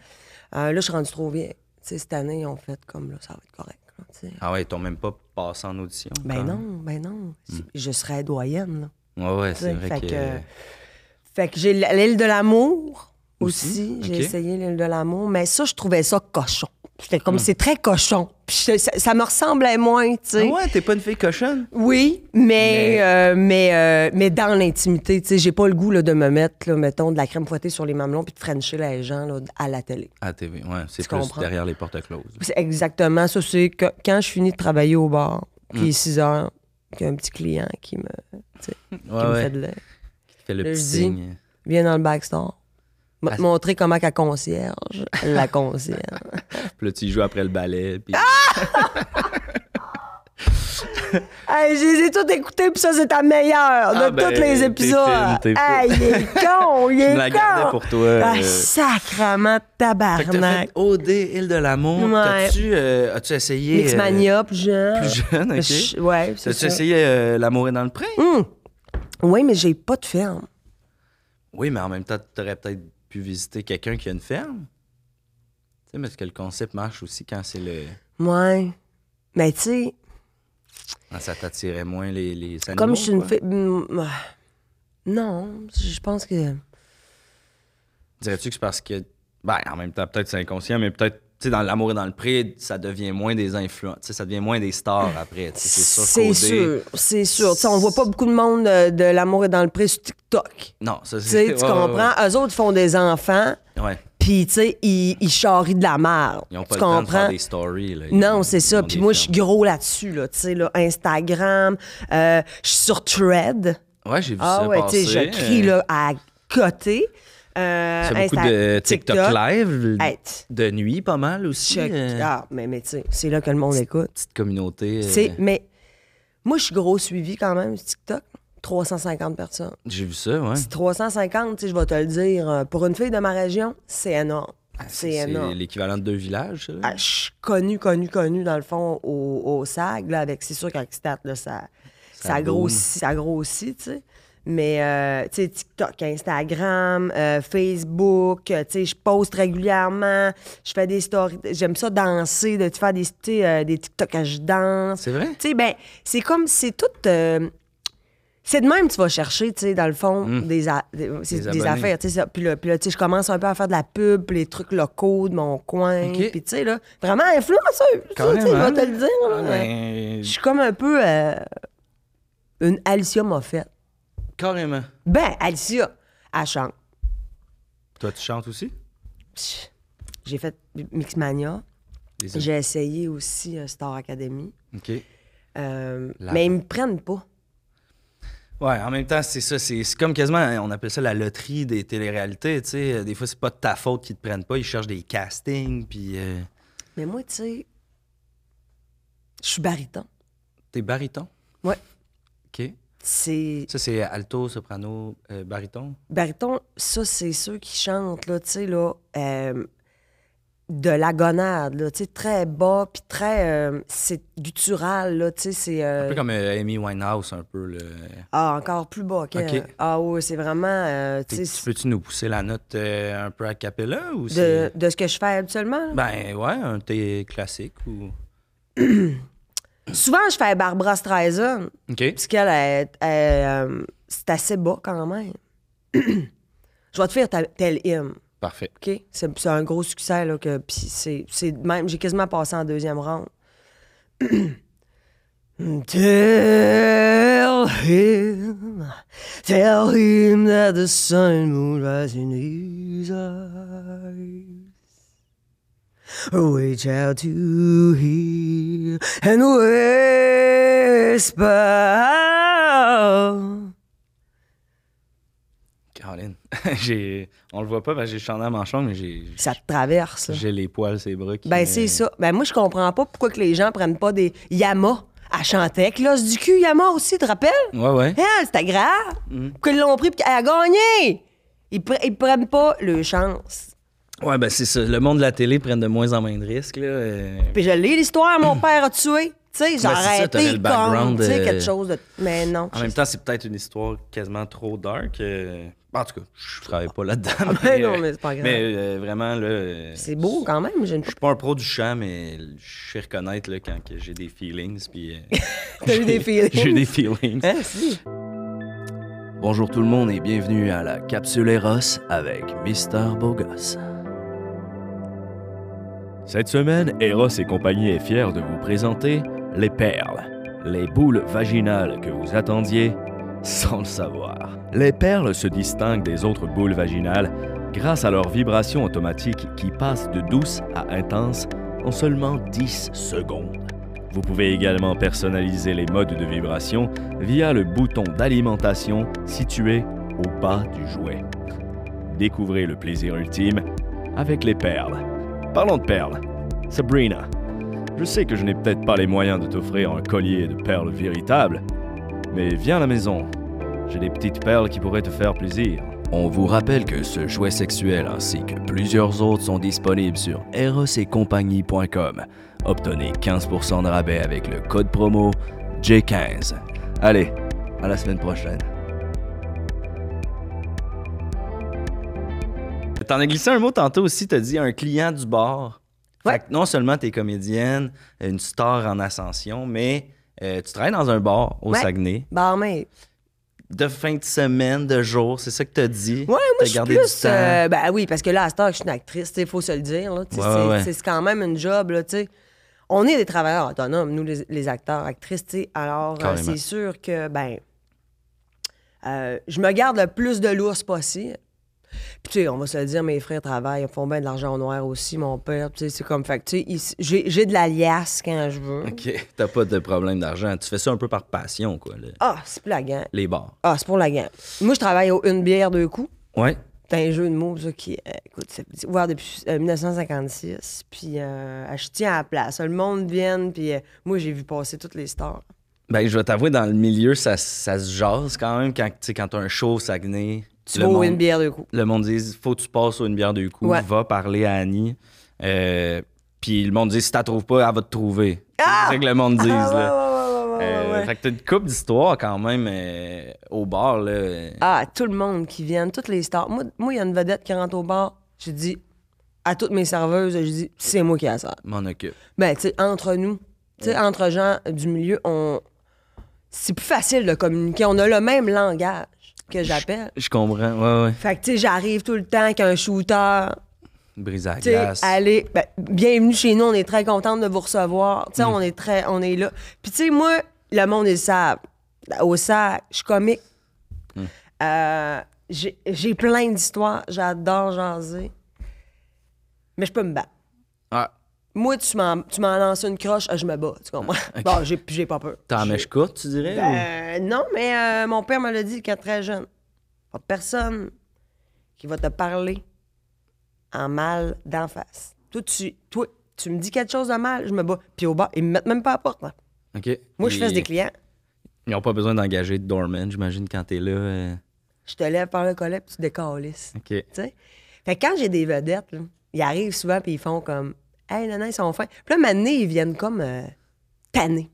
Speaker 3: Euh, là, je suis rendue trop vieille. Tu sais, cette année, on fait comme là, ça va être correct. là, tu sais.
Speaker 4: Ah ouais, ils t'ont même pas passé en audition.
Speaker 3: Ben
Speaker 4: quand même.
Speaker 3: non, ben non. Je serais doyenne. Là.
Speaker 4: Ouais, ouais, c'est
Speaker 3: Ouais,
Speaker 4: vrai
Speaker 3: fait
Speaker 4: que...
Speaker 3: que- Fait que j'ai l- l'île de l'amour aussi.
Speaker 4: Aussi,
Speaker 3: J'ai
Speaker 4: ok.
Speaker 3: essayé l'île de l'amour, mais ça, je trouvais ça cochon. C'était
Speaker 4: Hmm.
Speaker 3: comme, c'est très cochon. Puis je- ça, ça me ressemblait moins, tu sais.
Speaker 4: Ah ouais, t'es pas une fille cochonne?
Speaker 3: Oui, mais, euh, mais, euh, mais dans l'intimité, tu sais, j'ai pas le goût là, de me mettre, là, mettons, de la crème fouettée sur les mamelons puis de frencher les gens là, à la télé.
Speaker 4: À TV, ouais. C'est
Speaker 3: Tu
Speaker 4: plus
Speaker 3: comprends?
Speaker 4: derrière les portes closes.
Speaker 3: C'est exactement ça. C'est que- quand je finis de travailler au bar,
Speaker 4: Mm.
Speaker 3: puis 6 heures, qu'il y a un petit client qui me, tu sais, qui
Speaker 4: Ouais,
Speaker 3: me
Speaker 4: ouais.
Speaker 3: fait de l'air.
Speaker 4: Fait le
Speaker 3: Le
Speaker 4: petit
Speaker 3: jeudi.
Speaker 4: signe.
Speaker 3: Viens dans le backstore. Va
Speaker 4: Ah,
Speaker 3: te
Speaker 4: c'est-
Speaker 3: montrer comment qu'elle concierge, la concierge.
Speaker 4: Puis là, tu y joues après le ballet, puis...
Speaker 3: Ah, Hey, je les ai tous écoutés, puis ça, c'est ta meilleure de
Speaker 4: Ah, ben,
Speaker 3: tous les
Speaker 4: t'es fine,
Speaker 3: épisodes.
Speaker 4: t'es
Speaker 3: hey, il est con, il
Speaker 4: Je
Speaker 3: est
Speaker 4: me la gardais
Speaker 3: con.
Speaker 4: pour toi. euh.
Speaker 3: Ah, sacrement
Speaker 4: Fait que t'as fait
Speaker 3: tabarnak.
Speaker 4: OD, Île de l'amour.
Speaker 3: Ouais.
Speaker 4: T'as-tu, euh, as-tu essayé... euh,
Speaker 3: Mixmania, plus
Speaker 4: plus
Speaker 3: jeune.
Speaker 4: jeune, OK.
Speaker 3: Je- ouais, c'est
Speaker 4: T'as-tu
Speaker 3: ça.
Speaker 4: essayé euh, L'amour est dans le pré?
Speaker 3: Oui, mais j'ai pas de ferme.
Speaker 4: Oui, mais en même temps, t'aurais peut-être pu visiter quelqu'un qui a une ferme. Tu sais, mais est-ce que le concept marche aussi quand c'est le...
Speaker 3: Ouais. Mais tu sais,
Speaker 4: quand ça t'attirait moins les, les animaux,
Speaker 3: comme je suis une
Speaker 4: quoi.
Speaker 3: fille. mm, ah. Non, je pense que.
Speaker 4: Dirais-tu que c'est parce que. Ben, en même temps, peut-être c'est inconscient, mais peut-être, tu sais, dans l'amour et dans le prix, ça devient moins des influences. Tu sais, ça devient moins des stars après. tu sais, C'est
Speaker 3: C'est
Speaker 4: sûr. qu'au
Speaker 3: sûr, c'est sûr. Tu sais, on voit pas beaucoup de monde euh, de l'amour est dans le pré sur TikTok.
Speaker 4: dé- Non, ça,
Speaker 3: Tu
Speaker 4: c'est.
Speaker 3: sais,
Speaker 4: ouais,
Speaker 3: tu
Speaker 4: ouais,
Speaker 3: comprends? Eux autres font des enfants,
Speaker 4: Ouais. Ouais.
Speaker 3: puis tu sais, ils, ils charrient de la merde.
Speaker 4: Ils n'ont pas
Speaker 3: tu
Speaker 4: le temps de faire
Speaker 3: comprends?
Speaker 4: des stories. là. Ils-
Speaker 3: Non, c'est
Speaker 4: ils
Speaker 3: ça.
Speaker 4: ont
Speaker 3: Puis
Speaker 4: des
Speaker 3: moi, je suis
Speaker 4: fermes.
Speaker 3: gros là-dessus, là. Tu sais, là, Instagram, euh, je suis sur Thread.
Speaker 4: Ouais, j'ai vu
Speaker 3: Ah
Speaker 4: ça.
Speaker 3: ouais, tu sais,
Speaker 4: passer,
Speaker 3: je crie
Speaker 4: euh,
Speaker 3: là à côté. Euh,
Speaker 4: Il y a beaucoup
Speaker 3: Insta-
Speaker 4: de TikTok, live.
Speaker 3: Hey, t-
Speaker 4: De nuit, pas mal aussi.
Speaker 3: check.
Speaker 4: euh,
Speaker 3: Ah, mais, mais tu sais, c'est là que le monde écoute.
Speaker 4: Petite communauté.
Speaker 3: Tu
Speaker 4: euh,
Speaker 3: sais, mais moi, je suis gros suivi quand même sur TikTok. 350 personnes.
Speaker 4: J'ai vu ça, ouais.
Speaker 3: C'est 350, tu sais, je vais te le dire. euh, Pour une fille de ma région, c'est énorme.
Speaker 4: Ah,
Speaker 3: C'est énorme.
Speaker 4: l'équivalent de deux villages, ça, là.
Speaker 3: Ah, je suis connue, connue, connue, dans le fond, au, au SAG, là, avec, c'est sûr qu'avec Stat, là, ça, ça,
Speaker 4: boom.
Speaker 3: grossit, ça grossit, tu sais. Mais, euh, tu sais, TikTok, Instagram, euh, Facebook, euh, tu sais, je poste régulièrement, je fais des stories, j'aime ça danser, de faire des, tu sais, euh, des TikTok quand je danse.
Speaker 4: C'est vrai?
Speaker 3: Tu sais, ben, c'est comme, c'est tout. euh, c'est de même que tu vas chercher, tu sais, dans le fond, des, a- des- c'est
Speaker 4: Hmm. Des
Speaker 3: des
Speaker 4: abonnés.
Speaker 3: affaires, tu sais. ça. Puis là, puis là, tu sais, je commence un peu à faire de la pub, puis les trucs locaux de mon coin.
Speaker 4: Ok.
Speaker 3: Puis, tu sais, là, vraiment influenceuse, ça, tu sais, je
Speaker 4: Carrément,
Speaker 3: vais te le
Speaker 4: là.
Speaker 3: dire. là.
Speaker 4: Ah, ben,
Speaker 3: Je suis comme un peu euh, une Alicia Moffett.
Speaker 4: Carrément.
Speaker 3: Ben, Alicia, elle chante.
Speaker 4: Toi, tu chantes aussi?
Speaker 3: J'ai fait Mixmania. J'ai essayé aussi euh, Star Academy.
Speaker 4: OK.
Speaker 3: Euh,
Speaker 4: La-
Speaker 3: mais ils me prennent pas.
Speaker 4: Ouais, en même temps, c'est ça. C'est c'est comme quasiment, hein, on appelle ça la loterie des téléréalités. Tu sais, Euh, des fois, c'est pas de ta faute qu'ils te prennent pas. Ils cherchent des castings, puis euh,
Speaker 3: Mais moi, tu sais, je suis bariton.
Speaker 4: t'es baryton.
Speaker 3: Ouais.
Speaker 4: OK.
Speaker 3: C'est
Speaker 4: Ça, c'est alto, soprano, euh, baryton.
Speaker 3: bariton, ça, c'est ceux qui chantent, là, tu sais, là, euh, de la gonade, là, tu sais, très bas, puis très, euh, c'est guttural, là, tu sais, c'est...
Speaker 4: Un
Speaker 3: euh,
Speaker 4: peu comme euh, Amy Winehouse, un peu. Le...
Speaker 3: Ah, encore plus bas, qu'elle.
Speaker 4: Ok.
Speaker 3: Ah oui, c'est vraiment, euh,
Speaker 4: T'es-
Speaker 3: tu sais,
Speaker 4: tu Peux-tu nous pousser la note euh, un peu a cappella ou
Speaker 3: de,
Speaker 4: c'est.
Speaker 3: de ce que je fais habituellement. là.
Speaker 4: Ben ouais, un thé classique ou. Ben.
Speaker 3: Souvent, je fais Barbara Streisand,
Speaker 4: OK.
Speaker 3: parce qu'elle, elle- elle, euh, c'est assez bas quand même. je vais te faire ta- Tell Him,
Speaker 4: Parfait.
Speaker 3: OK? C'est c'est un gros succès, là, que, puis c'est c'est même, j'ai quasiment passé en deuxième round. Tell him, tell him that the sun will rise in his eyes. Reach out to him and whisper.
Speaker 4: Caroline, j'ai... on le voit pas parce que j'ai le chandail à manchon, mais j'ai...
Speaker 3: Ça te traverse. là.
Speaker 4: j'ai les poils, ces bras qui.
Speaker 3: Ben, c'est ça. Ben, moi, je comprends pas pourquoi que les gens prennent pas des Yama. Elle chantait avec l'os du cul, Yama aussi, te rappelles? Hein,
Speaker 4: Ouais, ouais.
Speaker 3: Elle, c'était grave.
Speaker 4: Mm.
Speaker 3: Pourquoi ils l'ont pris puis qu'elle a gagné? Ils, pre- ils prennent pas le chance.
Speaker 4: Ouais, ben c'est ça. Le monde de la télé prenne de moins en moins de risques, là. euh,
Speaker 3: Puis je lis l'histoire, mon père a tué. Tu
Speaker 4: Mm. Ben, c'est
Speaker 3: sais, j'ai
Speaker 4: ça, t'avais
Speaker 3: arrêté
Speaker 4: le
Speaker 3: comme,
Speaker 4: background,
Speaker 3: tu sais,
Speaker 4: euh,
Speaker 3: quelque chose de... Mais non.
Speaker 4: En même temps, c'est peut-être une histoire quasiment trop dark. euh, En tout cas, je travaille pas là-dedans.
Speaker 3: Ben non,
Speaker 4: euh,
Speaker 3: mais c'est pas grave.
Speaker 4: Mais euh, vraiment, là. euh,
Speaker 3: C'est beau quand même. J'ai une...
Speaker 4: Je suis pas un pro du chant, mais je sais reconnaître là, quand que j'ai des feelings. Puis, euh,
Speaker 3: T'as eu des feelings?
Speaker 4: J'ai eu des feelings.
Speaker 3: Hein, si.
Speaker 4: Bonjour tout le monde et bienvenue à la Capsule Eros avec Mister Bogos.
Speaker 5: Cette semaine, Eros et compagnie est fier de vous présenter les perles, les boules vaginales que vous attendiez sans le savoir. Les perles se distinguent des autres boules vaginales grâce à leur vibration automatique qui passe de douce à intense en seulement 10 secondes. Vous pouvez également personnaliser les modes de vibration via le bouton d'alimentation situé au bas du jouet. Découvrez le plaisir ultime avec les perles. Parlons de perles. Sabrina, je sais que je n'ai peut-être pas les moyens de t'offrir un collier de perles véritables, mais viens à la maison. J'ai des petites perles qui pourraient te faire plaisir.
Speaker 6: On vous rappelle que ce jouet sexuel ainsi que plusieurs autres sont disponibles sur erosetcompagnie.com. Obtenez 15% de rabais avec le code promo J15. Allez, à la semaine prochaine.
Speaker 4: T'en as glissé un mot tantôt aussi, t'as dit un client du bar.
Speaker 3: Ouais.
Speaker 4: Fait que non seulement t'es comédienne, une star en ascension, mais euh, tu travailles dans un bar au
Speaker 3: Ouais.
Speaker 4: Saguenay.
Speaker 3: Barmaid.
Speaker 4: De fin de semaine, de jour, c'est ça que t'as dit.
Speaker 3: Ouais, moi,
Speaker 4: T'as
Speaker 3: je suis
Speaker 4: gardé du
Speaker 3: plus...
Speaker 4: temps.
Speaker 3: euh, ben oui, parce que là, à cette heure, je suis une actrice, il faut se le dire. là, tu sais,
Speaker 4: Ouais,
Speaker 3: c'est,
Speaker 4: ouais.
Speaker 3: c'est quand même une job, là, tu sais. On est des travailleurs autonomes, nous, les, les acteurs, actrices, tu sais. Alors, euh,
Speaker 4: Carrément.
Speaker 3: c'est sûr que, ben... euh, je me garde le plus de l'ours possible. Puis, tu sais, on va se le dire, mes frères travaillent, ils font bien de l'argent au noir aussi, mon père. Tu sais, c'est comme... Fait que, tu sais, ils- j'ai, j'ai de la liasse quand je veux.
Speaker 4: Ok, t'as pas de problème d'argent. Tu fais ça un peu par passion, quoi, le-
Speaker 3: Ah, c'est plaguant.
Speaker 4: les bars.
Speaker 3: Ah, c'est pour la gamme. Moi, je travaille au une bière, deux coups.
Speaker 4: Ouais.
Speaker 3: C'est un jeu de mots, ça, qui, euh, écoute, c'est c'est ouvert depuis euh, 1956. Puis, euh, je tiens à la place. Le monde vient, puis euh, moi, j'ai vu passer toutes les stars.
Speaker 4: Ben, je vais t'avouer, dans le milieu, ça, ça se jase quand même quand, tu sais, quand t'as un show au Saguenay.
Speaker 3: Tu
Speaker 4: le
Speaker 3: vas au
Speaker 4: monde-
Speaker 3: une bière de coup.
Speaker 4: le monde dit faut que tu passes sur une bière deux coups,
Speaker 3: Ouais.
Speaker 4: va parler à Annie. Euh, puis le monde dit si t'as trouves pas, elle va te trouver. C'est ça que le monde dit. là.
Speaker 3: Ah, ouais, ouais, ouais, ouais, ouais,
Speaker 4: Euh,
Speaker 3: ouais.
Speaker 4: Fait que t'as une coupe d'histoire quand même euh, au bar. Là. Euh,
Speaker 3: Ah, tout le monde qui vient, toutes les stars. Moi, moi, il y a une vedette qui rentre au bar. J'ai dit à toutes mes serveuses, j'ai dit, c'est moi qui la sert.
Speaker 4: M'en occupe.
Speaker 3: Ben, tu sais, entre nous, tu
Speaker 4: Mm.
Speaker 3: sais, entre gens du milieu, on... c'est plus facile de communiquer. On a le même langage que j'appelle.
Speaker 4: Je comprends. Ouais, ouais.
Speaker 3: Fait que, tu sais, j'arrive tout le temps avec un shooter.
Speaker 4: Brise à la
Speaker 3: Tu sais,
Speaker 4: glace.
Speaker 3: allez, ben, bienvenue chez nous. On est très contente de vous recevoir. Tu sais, on est très, on est là. Puis, tu sais, moi, le monde, ils le savent. Au sac, je suis comique. Euh, j'ai j'ai plein d'histoires. J'adore jaser. Mais je peux me battre.
Speaker 4: Ah.
Speaker 3: Moi, tu m'en, tu m'en lances une croche, euh, je me bats, tu comprends? Bon, j'ai, j'ai pas peur.
Speaker 4: T'as en mèche courte, tu dirais? ou-
Speaker 3: Euh, non, mais euh, mon père me l'a dit quand très jeune. Pas de personne qui va te parler en mal d'en face. Toi, tu, toi, tu me dis quelque chose de mal, je me bats. Puis au bas, ils me mettent même pas à la porte. hein.
Speaker 4: OK.
Speaker 3: Moi, je
Speaker 4: Ils-
Speaker 3: fais des clients.
Speaker 4: Ils n'ont pas besoin d'engager de doorman, j'imagine, quand t'es là. euh,
Speaker 3: Je te lève par le collet, puis tu décalisses.
Speaker 4: OK. Ouais,
Speaker 3: Tu sais? Fait que quand j'ai des vedettes, là, ils arrivent souvent puis ils font comme Hey, non, non, ils sont fins. Puis là, maintenant, ils viennent comme euh, tannés.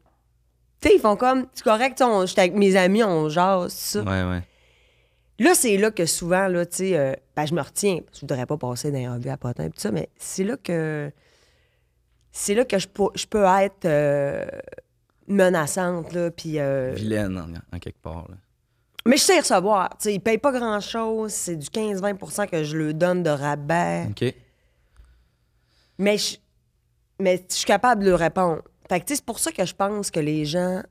Speaker 3: Tu sais, ils font comme C'est correct, tu sais, on- j'étais avec mes amis, on jase, ça.
Speaker 4: ouais.
Speaker 3: Là, c'est là que souvent, là, tu sais, euh, ben, je me retiens. parce que Je voudrais pas passer d'un revue à potin et tout ça, mais c'est là que. C'est là que je, peux- je peux être euh, menaçante, là, puis. euh,
Speaker 4: Vilaine, en, en quelque part. là.
Speaker 3: mais je sais recevoir. Tu sais, ils payent pas grand-chose. C'est du 15-20 que je leur donne de rabais.
Speaker 4: OK.
Speaker 3: Mais je, mais je suis capable de leur répondre. Fait que, tu sais, c'est pour ça que je pense que les gens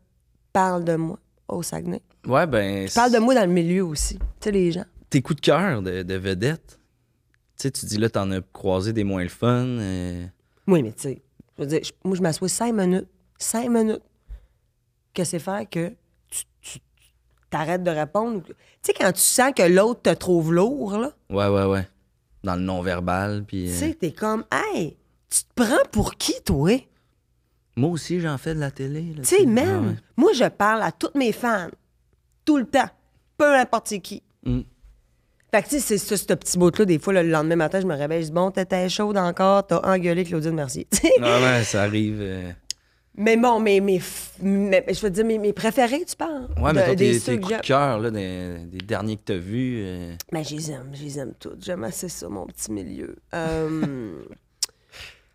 Speaker 3: parlent de moi au Saguenay.
Speaker 4: Ouais, ben.
Speaker 3: Ils parlent de moi dans le milieu aussi. Tu sais, les gens.
Speaker 4: Tes coups de cœur de, de vedette. Tu sais, tu dis là, t'en as croisé des moins le fun. euh,
Speaker 3: Oui, mais tu sais, je veux dire, je- moi, je m'assois cinq minutes, cinq minutes, que c'est faire que tu, tu- tu t'arrêtes de répondre. Tu sais, quand tu sens que l'autre te trouve lourd, là,
Speaker 4: Ouais, ouais, ouais. Dans le non-verbal. Puis.
Speaker 3: tu
Speaker 4: euh,
Speaker 3: sais, t'es comme, hey, tu te prends pour qui, toi?
Speaker 4: Moi aussi, j'en fais de la télé. là,
Speaker 3: Tu sais,
Speaker 4: Ah
Speaker 3: même,
Speaker 4: ouais.
Speaker 3: moi, je parle à tous mes fans, tout le temps, peu importe c'est qui.
Speaker 4: Mm.
Speaker 3: Fait que, tu sais, c'est ça, ce petit bout-là. Des fois, là, le lendemain matin, je me réveille, je dis, bon, t'étais chaude encore, t'as engueulé Claudine Mercier. Tu sais,
Speaker 4: Ah ouais, ça arrive. euh,
Speaker 3: Mais bon, mais, mais, f- mais- je veux dire, mes, mes préférés, tu parles.
Speaker 4: Ouais, mais
Speaker 3: De-
Speaker 4: toi,
Speaker 3: des
Speaker 4: tes,
Speaker 3: ceux
Speaker 4: tes
Speaker 3: que
Speaker 4: coups de
Speaker 3: j'aime.
Speaker 4: cœur, là, des, des derniers que t'as vus. euh,
Speaker 3: Mais je les aime, je les aime toutes. J'aime assez ça, mon petit milieu. Euh,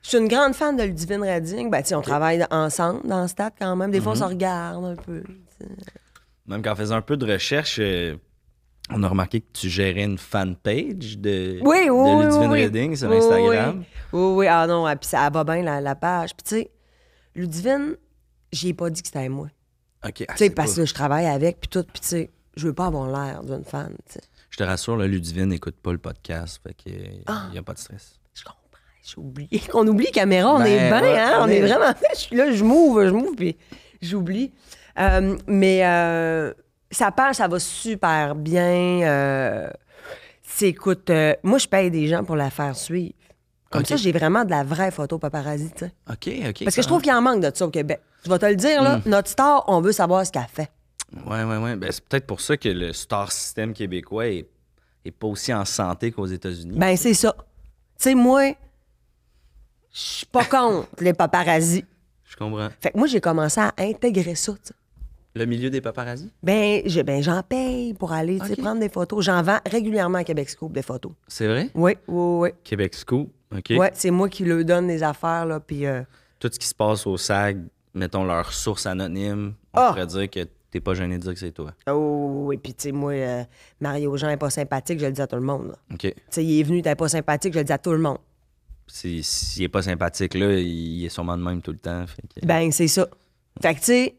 Speaker 3: je suis une grande fan de Ludivine Redding. Ben, tu sais, on travaille ensemble dans le stade quand même. Des fois,
Speaker 4: Mhm.
Speaker 3: on se regarde un peu. tu sais.
Speaker 4: Même qu'en faisant un peu de recherche, euh, on a remarqué que tu gérais une fanpage de,
Speaker 3: Oui, oui,
Speaker 4: de
Speaker 3: oui,
Speaker 4: Ludivine
Speaker 3: oui, oui.
Speaker 4: Redding sur
Speaker 3: Oui,
Speaker 4: Instagram.
Speaker 3: Oui, oui, oui. Ah non, ah, puis ça elle va bien, la, la page. Puis tu sais, Ludivine, j'y ai pas dit que c'était moi.
Speaker 4: OK. ah,
Speaker 3: Tu sais,
Speaker 4: c'est
Speaker 3: parce
Speaker 4: pas-
Speaker 3: que là, je travaille avec, puis tout. Puis tu sais, je veux pas avoir l'air d'une fan, tu sais.
Speaker 4: Je te rassure, là, Ludivine n'écoute pas le podcast, fait qu'il n'y
Speaker 3: Ah.
Speaker 4: a pas de stress.
Speaker 3: Je comprends. J'ai oublié. On oublie caméra, on
Speaker 4: Ben,
Speaker 3: est bien,
Speaker 4: ouais,
Speaker 3: hein? On
Speaker 4: on
Speaker 3: est
Speaker 4: est-
Speaker 3: vraiment. Je suis là, je m'ouvre, je m'ouvre, puis j'oublie. Euh, mais euh, sa page, ça va super bien. Euh, c'est- écoute, euh, moi, je paye des gens pour la faire suivre. Comme
Speaker 4: Ok.
Speaker 3: ça, j'ai vraiment de la vraie photo paparazzi, tu sais.
Speaker 4: OK, OK.
Speaker 3: Parce que je trouve qu'il en manque de ça au Québec. Je vais te le dire,
Speaker 4: Mm.
Speaker 3: là, notre star, on veut savoir ce qu'elle fait.
Speaker 4: Ouais, ouais, ouais. Ben, c'est peut-être pour ça que le star système québécois est, est pas aussi en santé qu'aux États-Unis.
Speaker 3: Ben, c'est ça. Tu sais, moi, je suis pas contre les paparazzis.
Speaker 4: Je comprends.
Speaker 3: Fait que moi, j'ai commencé à intégrer ça, tu sais.
Speaker 4: Le milieu des paparazzis,
Speaker 3: Ben, je- ben, j'en paye pour aller, tu sais,
Speaker 4: Ok.
Speaker 3: prendre des photos. J'en vends régulièrement à Québec Scoop des photos.
Speaker 4: c'est vrai?
Speaker 3: Oui, oui, oui.
Speaker 4: Québec Scoop, OK.
Speaker 3: Ouais, c'est moi qui leur donne des affaires, là, puis... euh,
Speaker 4: Tout ce qui se passe au SAG, mettons leur source anonyme, on
Speaker 3: Ah!
Speaker 4: pourrait dire que t'es pas gêné de dire que c'est toi.
Speaker 3: Oh, et puis, tu sais, moi, euh, Mario Jean est pas sympathique, je le dis à tout le monde, là.
Speaker 4: OK.
Speaker 3: Tu sais, il est venu, t'es pas sympathique, je le dis à tout le monde.
Speaker 4: Si- S'il est pas sympathique, là, il est sûrement de même tout le temps. fait que-
Speaker 3: Ben, c'est ça. Fait que, tu sais,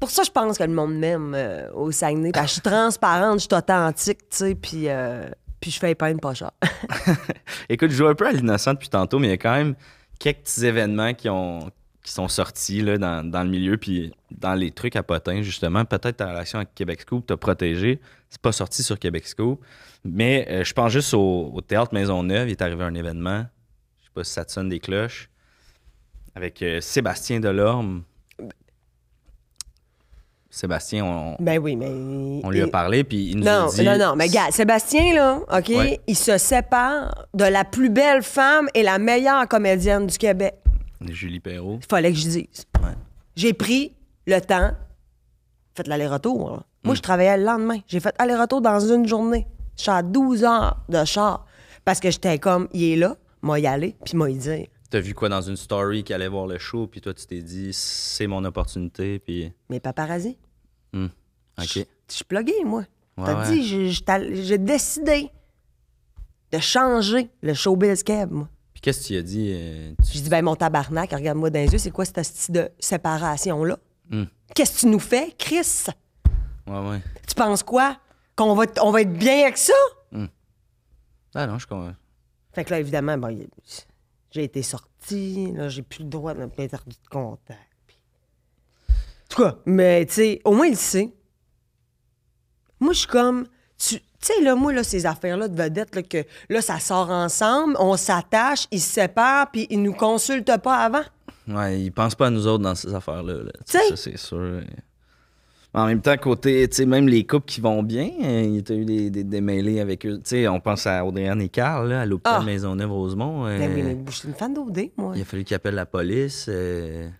Speaker 3: pour ça, je pense que le monde m'aime euh, au Saguenay. Parce que je suis transparente, je suis authentique, tu sais, puis, euh, puis je fais peine pas cher.
Speaker 4: Écoute, je joue un peu à l'innocent depuis tantôt, mais il y a quand même quelques petits événements qui, ont, qui sont sortis là, dans, dans le milieu, puis dans les trucs à potin, justement. Peut-être ta relation avec Québec Scoop t'a protégé. C'est pas sorti sur Québec Scoop. Mais euh, je pense juste au, au Théâtre Maisonneuve. Il est arrivé un événement. Je sais pas si ça te sonne des cloches. Avec euh, Sébastien Delorme. Sébastien, on,
Speaker 3: ben oui, mais...
Speaker 4: on lui a
Speaker 3: Et-
Speaker 4: parlé, puis il nous
Speaker 3: Non,
Speaker 4: a dit...
Speaker 3: non, non, mais gars, Sébastien, là, OK,
Speaker 4: Ouais.
Speaker 3: il se sépare de la plus belle femme et la meilleure comédienne du Québec.
Speaker 4: Julie Perrault.
Speaker 3: Il fallait que je dise.
Speaker 4: Ouais.
Speaker 3: J'ai pris le temps, fait l'aller-retour. là.
Speaker 4: Mm.
Speaker 3: Moi, je travaillais le lendemain. J'ai fait aller-retour dans une journée. Je suis à 12 heures de char parce que j'étais comme, il est là, moi y aller, puis moi y dire.
Speaker 4: T'as vu quoi dans une story qui allait voir le show, puis toi tu t'es dit c'est mon opportunité, puis
Speaker 3: Mais paparazzi,
Speaker 4: Hmm. ok.
Speaker 3: je suis plugué, moi.
Speaker 4: Ouais,
Speaker 3: T'as
Speaker 4: ouais.
Speaker 3: dit, j'ai- j'ai t'all- j'ai décidé de changer le showbiz Keb, moi.
Speaker 4: Puis qu'est-ce que tu as dit euh,
Speaker 3: Je
Speaker 4: tu-
Speaker 3: dis, ben mon tabarnak, regarde-moi dans les yeux, c'est quoi cette style de séparation-là?
Speaker 4: Hmm.
Speaker 3: Qu'est-ce que tu nous fais, Chris?
Speaker 4: Ouais ouais.
Speaker 3: Tu penses quoi? Qu'on va, t- on va être bien avec ça?
Speaker 4: Ah non je comprends.
Speaker 3: Fait que là, évidemment, bon, il- ben, J'ai été sortie, là, j'ai plus le droit d'un interdit de contact. puis- En tout cas, mais tu sais, au moins il le sait. Moi, je suis comme. Tu tu sais, là, moi, là, ces affaires-là de vedettes, là, que là, ça sort ensemble, on s'attache, ils se séparent, puis ils nous consultent pas avant.
Speaker 4: Ouais, ils pensent pas à nous autres dans ces affaires-là. là.
Speaker 3: Tu sais.
Speaker 4: Ça, c'est sûr. Mais En même temps, côté, tu sais, même les couples qui vont bien, euh, il y a eu des, des démêlés avec eux. Tu sais, on pense à Audrey-Anne et Carl, là, à l'hôpital
Speaker 3: Ah.
Speaker 4: Maisonneuve-Rosemont. euh,
Speaker 3: Ben oui, mais je suis une fan d'OD, moi.
Speaker 4: Il a fallu qu'ils appellent la police. euh,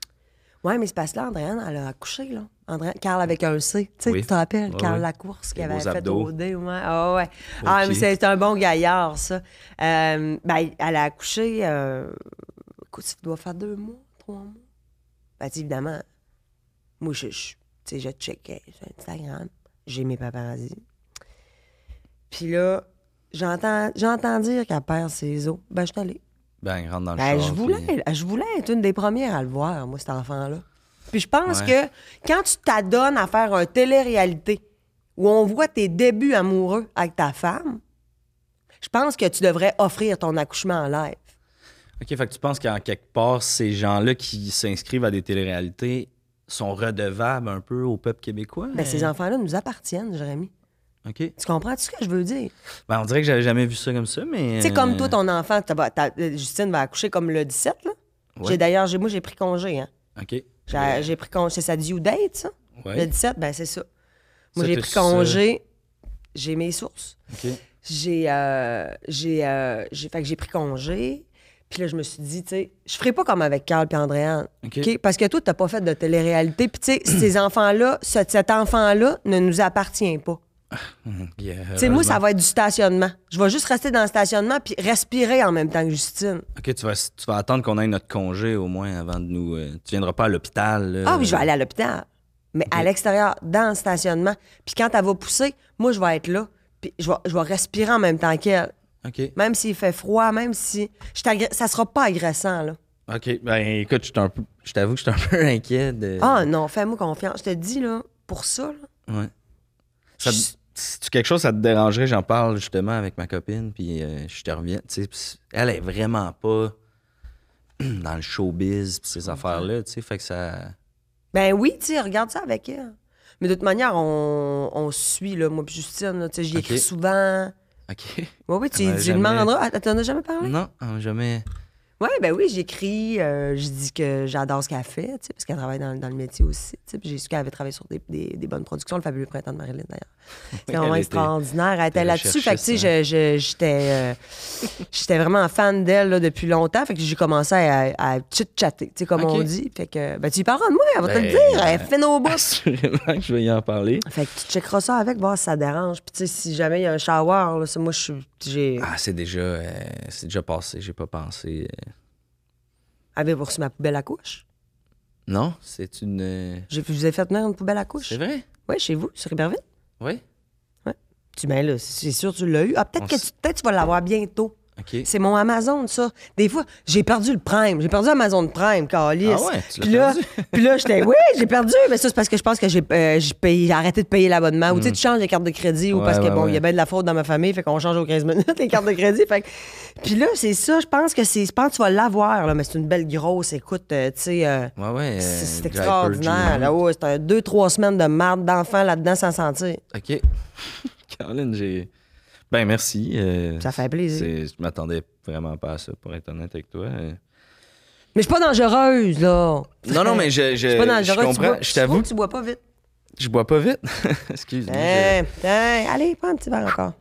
Speaker 3: Ouais, mais c'est parce que là, Andréane, elle a accouché, là. Andréane, Carl avec un C. Tu sais,
Speaker 4: Oui.
Speaker 3: tu te rappelles,
Speaker 4: Ouais,
Speaker 3: Carl
Speaker 4: ouais.
Speaker 3: Lacourse qui
Speaker 4: Les
Speaker 3: avait
Speaker 4: beaux
Speaker 3: fait
Speaker 4: abdos.
Speaker 3: OD, ouais. Ah, ouais. Ah, mais
Speaker 4: Ok.
Speaker 3: c'est un bon gaillard, ça. Euh, ben, elle a accouché, euh... écoute, ça doit faire deux mois, trois mois. Ben, tu sais, évidemment, moi, je, je, tu sais, je checkais sur Instagram, j'ai mes paparazzis. Puis là, j'entends, j'entends dire qu'elle perd ses os. Ben, je suis allée.
Speaker 4: ben, ils rentrent dans le
Speaker 3: Ben,
Speaker 4: char,
Speaker 3: je voulais,
Speaker 4: puis-
Speaker 3: je voulais être une des premières à le voir, moi, cet enfant-là. Puis je pense
Speaker 4: Ouais.
Speaker 3: que quand tu t'adonnes à faire un télé-réalité où on voit tes débuts amoureux avec ta femme, je pense que tu devrais offrir ton accouchement en live.
Speaker 4: OK, fait que tu penses qu'en quelque part, ces gens-là qui s'inscrivent à des téléréalités sont redevables un peu au peuple québécois?
Speaker 3: Ben, ces enfants-là nous appartiennent, Jérémy.
Speaker 4: OK.
Speaker 3: Tu comprends ce que je veux dire?
Speaker 4: Ben, on dirait que j'avais jamais vu ça comme ça, mais...
Speaker 3: Tu sais, comme
Speaker 4: tout
Speaker 3: toi, ton enfant, t'as- bah, t'as- euh, Justine va accoucher comme le 17, là.
Speaker 4: Ouais.
Speaker 3: J'ai d'ailleurs, j'ai- moi, j'ai pris congé, hein.
Speaker 4: euh, OK.
Speaker 3: J'ai j'ai pris congé. C'est sa due date, ça?
Speaker 4: Ouais.
Speaker 3: Le 17, ben c'est ça. Moi,
Speaker 4: Ça,
Speaker 3: j'ai
Speaker 4: t'as
Speaker 3: pris
Speaker 4: su ça?
Speaker 3: congé. J'ai mes sources.
Speaker 4: OK.
Speaker 3: J'ai, euh, j'ai, euh, j'ai, fait que j'ai pris congé. Puis là, je me suis dit, tu sais, je ferai pas comme avec Carl et Andréane.
Speaker 4: OK.
Speaker 3: OK? Parce que toi, t'as pas fait de télé-réalité. Puis tu sais, ces enfants-là, ce- cet enfant-là ne nous appartient pas. Tu sais, moi, ça va être du stationnement. Je vais juste rester dans le stationnement puis respirer en même temps que Justine.
Speaker 4: OK, tu vas, tu vas attendre qu'on ait notre congé au moins avant de nous... euh, tu viendras pas à l'hôpital. là.
Speaker 3: Ah oui, je vais aller à l'hôpital. Mais à l'extérieur, dans le stationnement. Puis quand elle va pousser, moi, je vais être là. Puis je vais, je vais respirer en même temps qu'elle.
Speaker 4: OK.
Speaker 3: Même s'il fait froid, même si. Je t'agresse- ça sera pas agressant, là.
Speaker 4: OK. Ben, écoute, je suis un peu- je t'avoue que je suis un peu inquiet de...
Speaker 3: Ah non, fais-moi confiance. Je te dis, là, pour ça, là.
Speaker 4: Ouais. Ça te-
Speaker 3: je-
Speaker 4: Si quelque chose, ça te dérangerait, j'en parle justement avec ma copine, puis euh, je te reviens. Tu sais, puis elle est vraiment pas dans le showbiz, puis ces affaires-là, tu sais, fait que ça.
Speaker 3: Ben oui, tu sais, regarde ça avec elle. Mais de toute manière, on, on se suit, là, moi puis Justine, là, tu sais, j'y écris
Speaker 4: Ok.
Speaker 3: souvent.
Speaker 4: OK.
Speaker 3: Oui, oui, tu
Speaker 4: Elle
Speaker 3: lui
Speaker 4: m'a jamais-
Speaker 3: demanderas. Ah, T'en as jamais parlé?
Speaker 4: Non, euh, jamais.
Speaker 3: Oui, ben oui, j'écris, euh, je dis que j'adore ce qu'elle fait, tu sais, parce qu'elle travaille dans, dans le métier aussi. tu sais, puis J'ai su qu'elle avait travaillé sur des, des- des bonnes productions, le fabuleux printemps de Marilyn d'ailleurs. C'est
Speaker 4: elle
Speaker 3: vraiment
Speaker 4: était-
Speaker 3: extraordinaire. Elle était
Speaker 4: était
Speaker 3: là-dessus. Fait que tu
Speaker 4: recherchiste,
Speaker 3: sais, je- je- j'étais euh, j'étais vraiment fan d'elle là, depuis longtemps. Fait que j'ai commencé à, à chit-chatter, tu sais, comme
Speaker 4: Ok.
Speaker 3: on dit. Fait que ben, tu y parles de moi, elle va te
Speaker 4: Ben,
Speaker 3: le dire. Elle est fine au bout.
Speaker 4: Assurément que je vais y en parler.
Speaker 3: Fait que tu checkeras ça avec, voir si ça dérange. Puis tu sais, si jamais il y a un shower, là, c'est- moi, je suis- j'ai.
Speaker 4: Ah, c'est déjà, euh, c'est déjà passé, j'ai pas pensé. euh.
Speaker 3: Avez-vous reçu ma poubelle à couche?
Speaker 4: Non, c'est une. euh,
Speaker 3: Je je vous ai fait tenir une poubelle à couche?
Speaker 4: C'est vrai?
Speaker 3: Oui, chez vous, sur Iberville.
Speaker 4: Oui.
Speaker 3: Tu ben là, c'est sûr tu l'as eu. Ah, peut-être
Speaker 4: On
Speaker 3: que
Speaker 4: s-
Speaker 3: tu, peut-être tu vas l'avoir bientôt.
Speaker 4: OK.
Speaker 3: C'est mon Amazon, ça. Des fois, j'ai perdu le Prime. J'ai perdu Amazon Prime, Calis.
Speaker 4: Ah ouais, tu l'as
Speaker 3: puis là,
Speaker 4: perdu?
Speaker 3: puis là, j'étais, oui, j'ai perdu. Mais ça, c'est parce que je pense que j'ai, euh, j'ai payé- j'ai arrêté de payer l'abonnement. Ou tu sais, tu changes les cartes de crédit ou
Speaker 4: Mm. Ouais,
Speaker 3: parce que,
Speaker 4: ouais,
Speaker 3: bon, il y a
Speaker 4: ouais.
Speaker 3: bien de la faute dans ma famille, fait qu'on change aux 15 minutes les cartes de crédit. Fait que- Puis là, c'est ça, je pense que c'est, je pense que tu vas l'avoir, là, mais c'est une belle grosse, écoute, euh, tu sais. euh,
Speaker 4: Ouais, ouais. euh,
Speaker 3: c'est, c'est
Speaker 4: Diaper
Speaker 3: extraordinaire. Ah
Speaker 4: Junior.
Speaker 3: là. Ouais, c'est un deux, trois semaines de marde d'enfants là-dedans sans sentir.
Speaker 4: OK. Caroline, j'ai. Ben, merci. euh,
Speaker 3: Ça fait plaisir.
Speaker 4: c'est- Je m'attendais vraiment pas à ça, pour être honnête avec toi. euh.
Speaker 3: Mais je suis pas dangereuse, là.
Speaker 4: Non, non, mais je, je,
Speaker 3: Je suis pas
Speaker 4: je
Speaker 3: dangereuse. tu
Speaker 4: comprends.
Speaker 3: bois-
Speaker 4: Je
Speaker 3: tu trouves
Speaker 4: t'avoue,
Speaker 3: que Tu bois pas vite.
Speaker 4: je bois pas vite. Excuse-moi. je-
Speaker 3: Hein, hein, allez, prends un petit verre encore.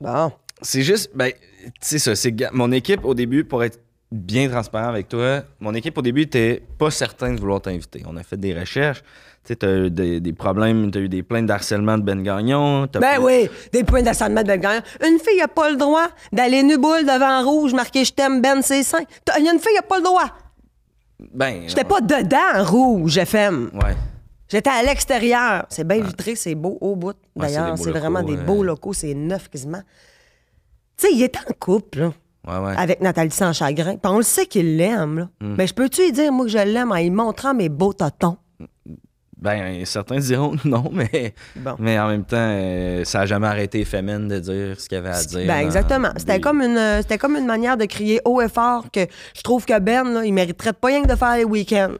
Speaker 3: Bon.
Speaker 4: C'est juste, ben, tu sais ça, c'est ga- mon équipe au début, pour être bien transparent avec toi, mon équipe au début était pas certaine de vouloir t'inviter. On a fait des recherches. Tu sais, t'as eu des, des problèmes, t'as eu des plaintes d'harcèlement de Ben Gagnon. t'as
Speaker 3: Ben
Speaker 4: pris-
Speaker 3: oui, des points d'ascendement de Belgrand. Une fille a pas le droit d'aller nu boule devant rouge marqué je t'aime Ben c'est sain. T'as- y a Une fille a pas le droit.
Speaker 4: Ben.
Speaker 3: J'étais pas dedans en rouge FM.
Speaker 4: Ouais.
Speaker 3: J'étais à l'extérieur. C'est bien vitré, c'est beau au bout.
Speaker 4: Ah. Ouais, c'est
Speaker 3: D'ailleurs,
Speaker 4: des beaux
Speaker 3: c'est vraiment
Speaker 4: locaux,
Speaker 3: des
Speaker 4: euh.
Speaker 3: beaux locaux, c'est neuf quasiment. Tu sais, il était en couple là,
Speaker 4: Ouais, ouais. Hmm.
Speaker 3: avec Nathalie sans chagrin. Puis on Ben, le sait qu'il l'aime là. Mais je peux-tu lui dire moi que je l'aime en lui montrant mes beaux totons?
Speaker 4: Ben, certains diront non, mais,
Speaker 3: Bon.
Speaker 4: mais en même temps, euh, ça n'a jamais arrêté Femin de dire ce qu'il avait à dire.
Speaker 3: Ben,
Speaker 4: dans
Speaker 3: exactement. C'était
Speaker 4: des-
Speaker 3: comme, une, euh, c'était comme une manière de crier haut et fort que je trouve que Ben, là, il mériterait pas rien que de faire les week-ends.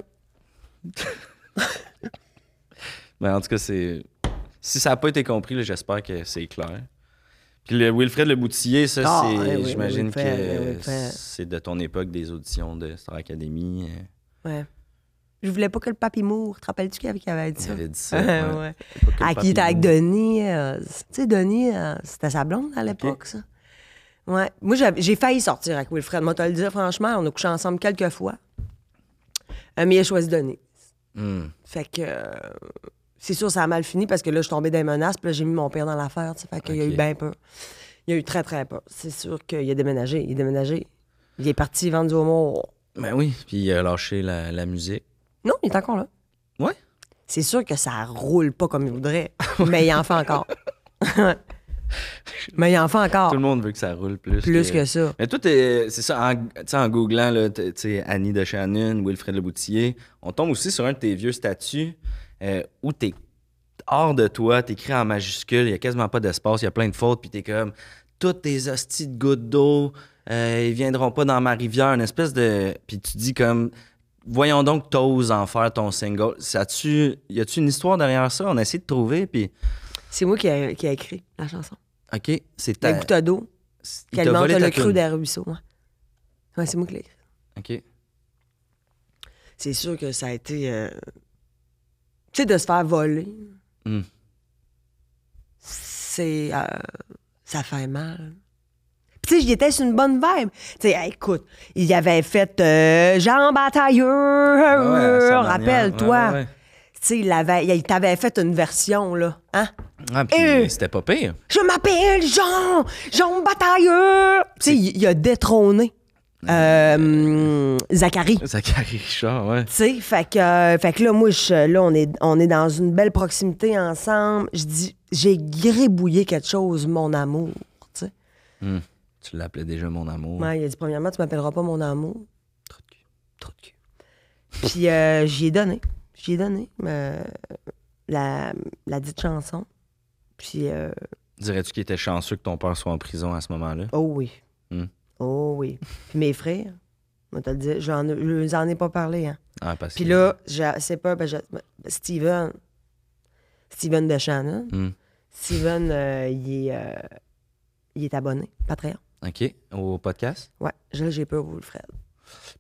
Speaker 4: Ben, en tout cas, c'est. Si ça n'a pas été compris, là, j'espère que c'est clair. Puis le Wilfred Le Boutillier, ça,
Speaker 3: Ah,
Speaker 4: c'est.
Speaker 3: eh oui,
Speaker 4: J'imagine que
Speaker 3: Wilfred, eh, Wilfred.
Speaker 4: c'est de ton époque des auditions de Star Academy. euh,
Speaker 3: Ouais. Je voulais pas que le papy moure. Te rappelles-tu qu'il avait, qu'il avait dit
Speaker 4: Il
Speaker 3: ça?
Speaker 4: avait dit ça.
Speaker 3: Ouais.
Speaker 4: ouais. Pas
Speaker 3: Ah,
Speaker 4: que
Speaker 3: qui était avec
Speaker 4: papillon.
Speaker 3: Denis. euh, tu sais, Denis, euh, c'était sa blonde à l'époque, ça. Ouais. Moi, j'avais- j'ai failli sortir avec Wilfred. Moi, te le dire, franchement, on a couché ensemble quelques fois. Euh, mais il a choisi Denis.
Speaker 4: Hmm.
Speaker 3: Fait que. euh, c'est sûr, ça a mal fini parce que là, je suis tombée dans les menaces, puis là, j'ai mis mon père dans l'affaire, tu sais. Fait qu'il y a
Speaker 4: Ok.
Speaker 3: eu bien peur. Il y a eu très, très peur. C'est sûr qu'il a déménagé. Il a déménagé. Il est parti vendre du homo.
Speaker 4: Ben oui, puis il a lâché la, la musique.
Speaker 3: Non, il est encore là.
Speaker 4: Ouais.
Speaker 3: C'est sûr que ça roule pas comme il voudrait, mais il en fait encore. mais il en fait encore.
Speaker 4: Tout le monde veut que ça roule plus.
Speaker 3: Plus que ça.
Speaker 4: Mais toi, t'es- c'est ça, en, tu sais, en googlant, là, t'es- tu sais, Annie de Shannon, Wilfred Leboutillier, on tombe aussi sur un de tes vieux statuts euh, où t'es hors de toi, t'écris en majuscule, il y a quasiment pas d'espace, il y a plein de fautes, puis t'es comme, toutes tes hosties de gouttes d'eau, euh, ils viendront pas dans ma rivière, une espèce de... Puis tu dis comme, voyons donc, t'oses en faire ton single. Ça -tu, y a-tu une histoire derrière ça? On a essayé de trouver, puis...
Speaker 3: C'est moi qui a, qui a écrit la chanson.
Speaker 4: OK, c'est
Speaker 3: La
Speaker 4: ta...
Speaker 3: goutte d'eau
Speaker 4: il
Speaker 3: qui
Speaker 4: t'a
Speaker 3: alimente
Speaker 4: volé ta
Speaker 3: le creux
Speaker 4: toune.
Speaker 3: d'un ruisseau. Ouais, Ouais, c'est moi qui l'ai écrit.
Speaker 4: OK.
Speaker 3: C'est sûr que ça a été. euh, Tu sais, de se faire voler.
Speaker 4: Hmm.
Speaker 3: C'est. euh, ça fait mal. Puis, tu sais, j'y étais sur une bonne vibe. Tu sais, hey, écoute, il avait fait euh, Jean
Speaker 4: Ouais, à sa
Speaker 3: Batailleur,
Speaker 4: manière.
Speaker 3: rappelle-toi.
Speaker 4: Ouais, ouais, ouais.
Speaker 3: Tu sais, il avait- il t'avait fait une version, là. Hein?
Speaker 4: Ah, puis
Speaker 3: Et-
Speaker 4: c'était pas pire.
Speaker 3: Je m'appelle Jean! Jean Batailleur! Tu sais, il, il a détrôné euh, hum, Zachary.
Speaker 4: Zachary Richard, ouais.
Speaker 3: Tu sais, fait que, euh, fait que là, moi, je- là, on est, on est dans une belle proximité ensemble. Je dis, j'ai grébouillé quelque chose, mon amour. Tu sais.
Speaker 4: Tu l'appelais déjà mon amour.
Speaker 3: Ouais, il a dit, premièrement, tu m'appelleras pas mon amour. Trop de cul. Trop de cul. Puis, euh, j'y ai donné. J'y ai donné euh, la, la dite chanson. Puis, euh,
Speaker 4: Dirais-tu qu'il était chanceux que ton père soit en prison à ce moment-là?
Speaker 3: oh oui.
Speaker 4: Hmm.
Speaker 3: Oh oui. Puis, mes frères, on va te le dire, j'en ai- je vous en ai pas parlé, hein.
Speaker 4: Ah, parce
Speaker 3: Puis
Speaker 4: que-
Speaker 3: là, j'a- c'est pas. ben, j'a- Steven. Steven de Shannon.
Speaker 4: Hmm.
Speaker 3: Steven, euh, il, est, euh, il est abonné, Patreon.
Speaker 4: OK, au podcast.
Speaker 3: Ouais, je- j'ai peur, Wilfred.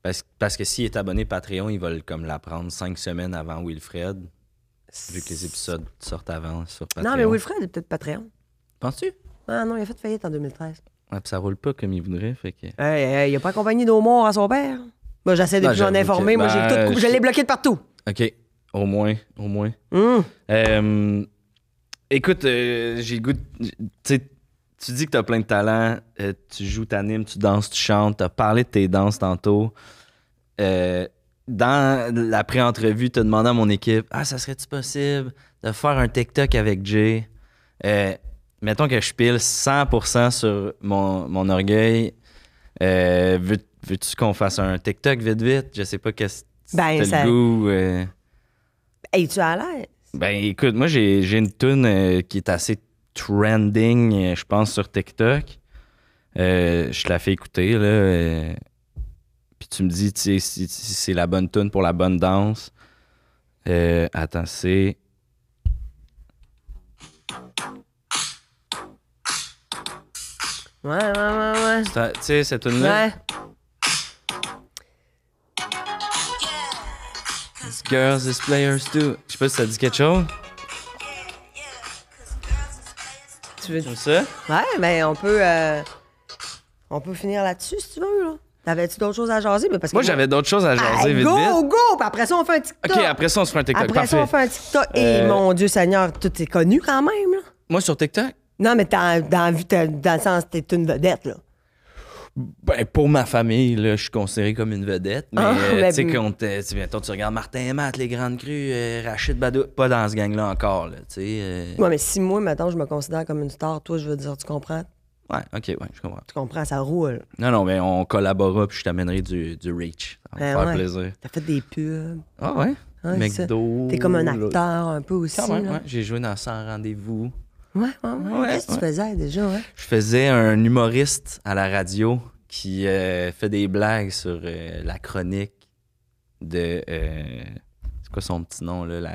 Speaker 4: Parce, parce que s'il est abonné Patreon, ils veulent comme l'apprendre cinq semaines avant Wilfred, vu que les épisodes sortent avant sur Patreon.
Speaker 3: Non, mais Wilfred est peut-être Patreon.
Speaker 4: Penses-tu?
Speaker 3: Ah non, il a fait faillite en 2013.
Speaker 4: Ouais, puis ça roule pas comme il voudrait, fait que...
Speaker 3: Hey, hey, il a pas accompagné d'Aumont à son père. Moi, j'essaie de
Speaker 4: Ben,
Speaker 3: plus en
Speaker 4: j'avoue
Speaker 3: informer.
Speaker 4: que-
Speaker 3: Moi, j'ai
Speaker 4: ben,
Speaker 3: tout coupé. Je
Speaker 4: je-
Speaker 3: l'ai bloqué de partout.
Speaker 4: OK, au moins, au moins.
Speaker 3: Hum.
Speaker 4: Euh, écoute, euh, j'ai le goût. de- tu sais, tu dis que tu as plein de talents, euh, tu joues, t'animes, tu danses, tu chantes, tu as parlé de tes danses tantôt. Euh, dans la pré-entrevue, tu as demandé à mon équipe Ah, ça serait-tu possible de faire un TikTok avec Jay Euh, Mettons que je pile 100% sur mon, mon orgueil. Euh, veux, tu qu'on fasse un TikTok vite, vite Je sais pas qu'est-ce que
Speaker 3: Ben, ça-
Speaker 4: le goût. euh.
Speaker 3: Hey, tu as l'air.
Speaker 4: Ben écoute, moi j'ai, j'ai une tune euh, qui est assez trending, euh, je pense, sur TikTok. Euh, je te la fais écouter, là. euh, puis tu me dis tu sais, si, si c'est la bonne tune pour la bonne danse. Euh, attends, c'est.
Speaker 3: Ouais, ouais, ouais, ouais.
Speaker 4: Tu sais, cette tune-là.
Speaker 3: Ouais.
Speaker 4: Girls is players too. Je sais pas si ça dit quelque chose.
Speaker 3: Tu veux...
Speaker 4: Comme ça?
Speaker 3: Ouais, mais on peut. euh, On peut finir là-dessus si tu veux, là. T'avais-tu d'autres choses à jaser? Mais parce que
Speaker 4: Moi j'avais d'autres choses à jaser
Speaker 3: Hey,
Speaker 4: vite
Speaker 3: go,
Speaker 4: vite.
Speaker 3: go! Puis après ça, on fait un TikTok.
Speaker 4: Ok, après ça on se fait un TikTok.
Speaker 3: Après
Speaker 4: Parfait.
Speaker 3: ça, on fait un TikTok. Et
Speaker 4: Euh,
Speaker 3: mon Dieu Seigneur, tout est connu quand même, là.
Speaker 4: Moi sur TikTok?
Speaker 3: Non, mais t'as- dans, la vie, t'as- dans le sens, t'es une vedette, là.
Speaker 4: Ben, pour ma famille, là, je suis considéré comme une vedette. Mais,
Speaker 3: Ah,
Speaker 4: euh,
Speaker 3: ben,
Speaker 4: tu sais,
Speaker 3: ben.
Speaker 4: quand t'es- tu sais, mettons, tu regardes Martin et Matt, les Grandes Crues, euh, Rachid Badou, pas dans ce gang-là encore, là, tu sais. euh,
Speaker 3: Ouais, mais si moi, maintenant, je me considère comme une star, toi, je veux dire, tu comprends?
Speaker 4: Ouais, OK, ouais, je comprends.
Speaker 3: Tu comprends, ça roule.
Speaker 4: Non, non, ben, mais on collaborera, puis je t'amènerai du, du reach. Ça va me
Speaker 3: Ben
Speaker 4: faire
Speaker 3: ouais.
Speaker 4: plaisir.
Speaker 3: T'as fait des pubs.
Speaker 4: Ah ouais?
Speaker 3: Ouais, c'est ça.
Speaker 4: McDo.
Speaker 3: T'es comme un
Speaker 4: là.
Speaker 3: acteur un peu aussi.
Speaker 4: Quand même,
Speaker 3: là.
Speaker 4: ouais. J'ai joué dans 100 rendez-vous.
Speaker 3: Ouais, ouais, ouais.
Speaker 4: Ouais,
Speaker 3: Qu'est-ce que tu faisais déjà, ouais?
Speaker 4: Je faisais un humoriste à la radio qui euh, fait des blagues sur euh, la chronique de. euh, c'est quoi son petit nom, là? La,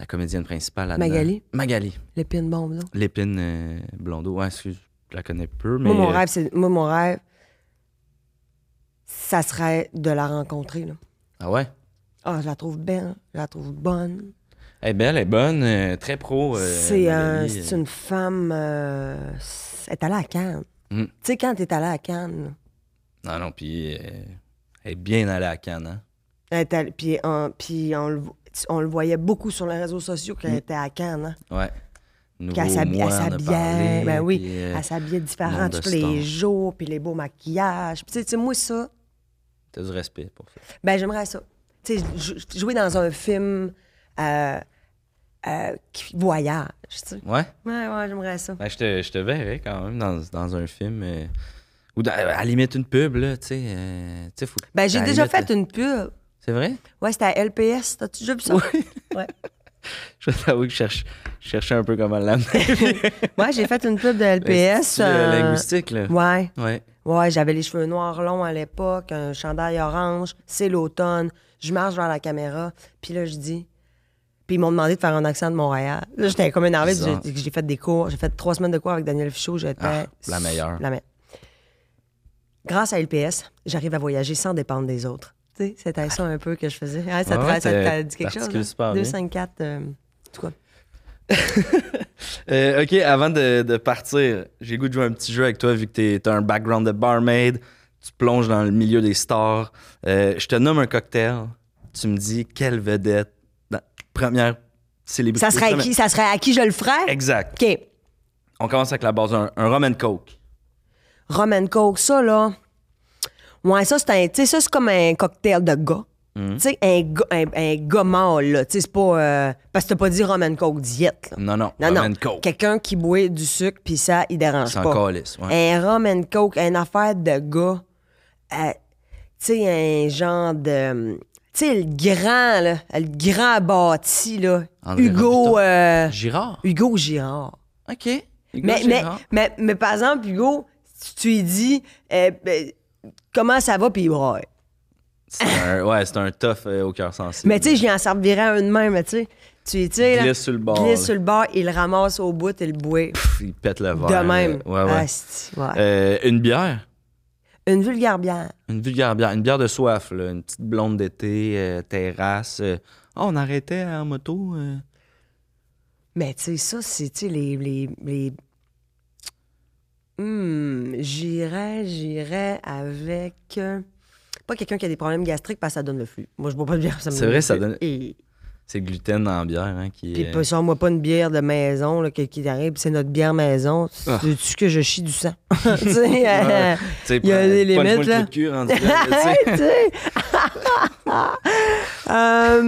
Speaker 4: la comédienne principale là-dedans.
Speaker 3: Magali?
Speaker 4: Magali.
Speaker 3: L'épine bombe, là.
Speaker 4: Lépine euh, Blondeau. Ouais, excuse, je la connais peu, mais.
Speaker 3: Moi, mon
Speaker 4: euh,
Speaker 3: rêve, c'est. Moi, mon rêve, ça serait de la rencontrer, là.
Speaker 4: Ah ouais?
Speaker 3: Ah, je la trouve belle, je la trouve bonne.
Speaker 4: Elle est belle, elle est bonne, euh, très pro. euh,
Speaker 3: c'est un-
Speaker 4: Magali,
Speaker 3: c'est
Speaker 4: euh.
Speaker 3: une femme. euh, c'est- elle est allée à Cannes.
Speaker 4: Mm.
Speaker 3: Tu sais, quand t'es allée à Cannes, là,
Speaker 4: Non, non, puis euh, elle est bien allée à Cannes, hein?
Speaker 3: elle est allée- puis, on, puis on le vo- on le voyait beaucoup sur les réseaux sociaux
Speaker 4: Mm.
Speaker 3: qu'elle était à Cannes. hein.
Speaker 4: Ouais. Nouveau
Speaker 3: Qu'elle s'habille-
Speaker 4: mois,
Speaker 3: elle
Speaker 4: on a
Speaker 3: s'habillait,
Speaker 4: parlé,
Speaker 3: ben oui,
Speaker 4: puis, euh,
Speaker 3: elle s'habillait
Speaker 4: nom
Speaker 3: différent
Speaker 4: de
Speaker 3: tous les
Speaker 4: star.
Speaker 3: jours, puis les beaux maquillages. Puis tu sais, tu sais, moi, ça,
Speaker 4: T'as du respect pour ça.
Speaker 3: Ben, j'aimerais ça. Tu sais, jou- jouer dans un film euh, euh, qui voyage, tu sais.
Speaker 4: Ouais?
Speaker 3: Ouais, ouais, j'aimerais ça.
Speaker 4: Ben, je, te, je te verrais quand même dans, dans un film. euh, ou dans- à la limite une pub, là, tu sais. euh, tu sais, faut-
Speaker 3: Ben,
Speaker 4: à
Speaker 3: j'ai
Speaker 4: la
Speaker 3: déjà
Speaker 4: limite,
Speaker 3: fait une pub.
Speaker 4: C'est vrai?
Speaker 3: Ouais, c'était à LPS. T'as-tu déjà vu ça? Ouais.
Speaker 4: Je t'avoue que je, cherche, je cherchais un peu comment l'amener.
Speaker 3: Ouais, j'ai fait une pub de LPS.
Speaker 4: C'est
Speaker 3: euh,
Speaker 4: linguistique, là.
Speaker 3: Ouais.
Speaker 4: Ouais.
Speaker 3: Ouais, j'avais les cheveux noirs longs à l'époque, un chandail orange, c'est l'automne. Je marche vers la caméra, puis là, je dis. Puis ils m'ont demandé de faire un accent de Montréal. Là, j'étais comme énervée.
Speaker 4: Bizarre.
Speaker 3: J'ai j'ai fait des cours. J'ai fait trois semaines de cours avec Daniel Fichot. J'étais.
Speaker 4: Ah, la meilleure.
Speaker 3: La meilleure. Grâce à LPS, j'arrive à voyager sans dépendre des autres. Tu sais, c'était ça un peu que je faisais. Ah, ça
Speaker 4: Ouais,
Speaker 3: te
Speaker 4: ouais,
Speaker 3: fait- ça te-
Speaker 4: t'es-
Speaker 3: t'as dit quelque chose? hein?
Speaker 4: t'articules super bien.
Speaker 3: 2, 5, 4. tout quoi.
Speaker 4: Euh, OK, avant de, de partir, j'ai le goût de jouer un petit jeu avec toi vu que t'es- t'as un background de barmaid. Tu plonges dans le milieu des stars. Euh, je te nomme un cocktail. Tu me dis quelle vedette, dans- première célébrité.
Speaker 3: Ça serait, à
Speaker 4: première-
Speaker 3: qui, ça serait à qui je le ferais?
Speaker 4: Exact.
Speaker 3: OK.
Speaker 4: On commence avec la base, un, un rum and coke.
Speaker 3: Rum and Coke, ça, là. Ouais, ça, c'est un. Tu sais, ça, c'est comme un cocktail de gars.
Speaker 4: Mm.
Speaker 3: Tu sais, un, gars- un, un gars mort, là. Tu sais, c'est pas. euh, parce que t'as pas dit Rum and Coke diète, là.
Speaker 4: Non, non,
Speaker 3: Non,
Speaker 4: rum
Speaker 3: non.
Speaker 4: and coke.
Speaker 3: Quelqu'un qui boit du sucre, puis ça, il dérange
Speaker 4: C'est
Speaker 3: pas.
Speaker 4: encore lisse, ouais.
Speaker 3: Un Rum and Coke, une affaire de gars. euh, tu sais, un genre de. Tu sais, le grand, là. Le grand bâti, là.
Speaker 4: André Robitaille.
Speaker 3: Hugo. euh,
Speaker 4: Girard.
Speaker 3: Hugo Girard.
Speaker 4: OK. Hugo
Speaker 3: Mais, mais,
Speaker 4: Girard.
Speaker 3: mais, mais par exemple, Hugo, si tu lui dis euh, ben, comment ça va, puis il braille.
Speaker 4: C'est un, ouais, c'est un tough euh, au cœur sensible.
Speaker 3: Mais tu sais, je lui en servirais un de même, mais tu sais. Tu tu sais, là,
Speaker 4: Glisse sur le bord,
Speaker 3: Glisse
Speaker 4: là.
Speaker 3: sur le bord, il le ramasse au bout et le boit.
Speaker 4: Pff, il pète le verre.
Speaker 3: De même. Ah,
Speaker 4: Ouais, Euh, ouais.
Speaker 3: Asti, ouais.
Speaker 4: Euh, une bière.
Speaker 3: Une vulgaire bière.
Speaker 4: Une vulgaire bière. Une bière de soif, là. Une petite blonde d'été, euh, terrasse. euh. Ah, on arrêtait en moto. euh.
Speaker 3: Mais tu sais, ça, c'est tu sais, les. les, les... Hmm, j'irais, j'irais avec. euh, Pas quelqu'un qui a des problèmes gastriques parce que ça donne le flux. Moi, je bois pas de bière, ça me
Speaker 4: C'est
Speaker 3: donne
Speaker 4: vrai,
Speaker 3: le
Speaker 4: ça
Speaker 3: flux.
Speaker 4: donne-
Speaker 3: Et-
Speaker 4: C'est le gluten dans la bière, hein, qui
Speaker 3: Puis
Speaker 4: est-
Speaker 3: pas- sors-moi pas une bière de maison là, qui, qui arrive, puis c'est notre bière maison. Veux-tu que je chie du sang? Tu sais, euh,
Speaker 4: Tu sais,
Speaker 3: Il y a
Speaker 4: prends-
Speaker 3: des
Speaker 4: pogne-moi
Speaker 3: limites,
Speaker 4: le
Speaker 3: là.
Speaker 4: coup de cul, rendu là, là, tu sais.
Speaker 3: tu sais. Euh,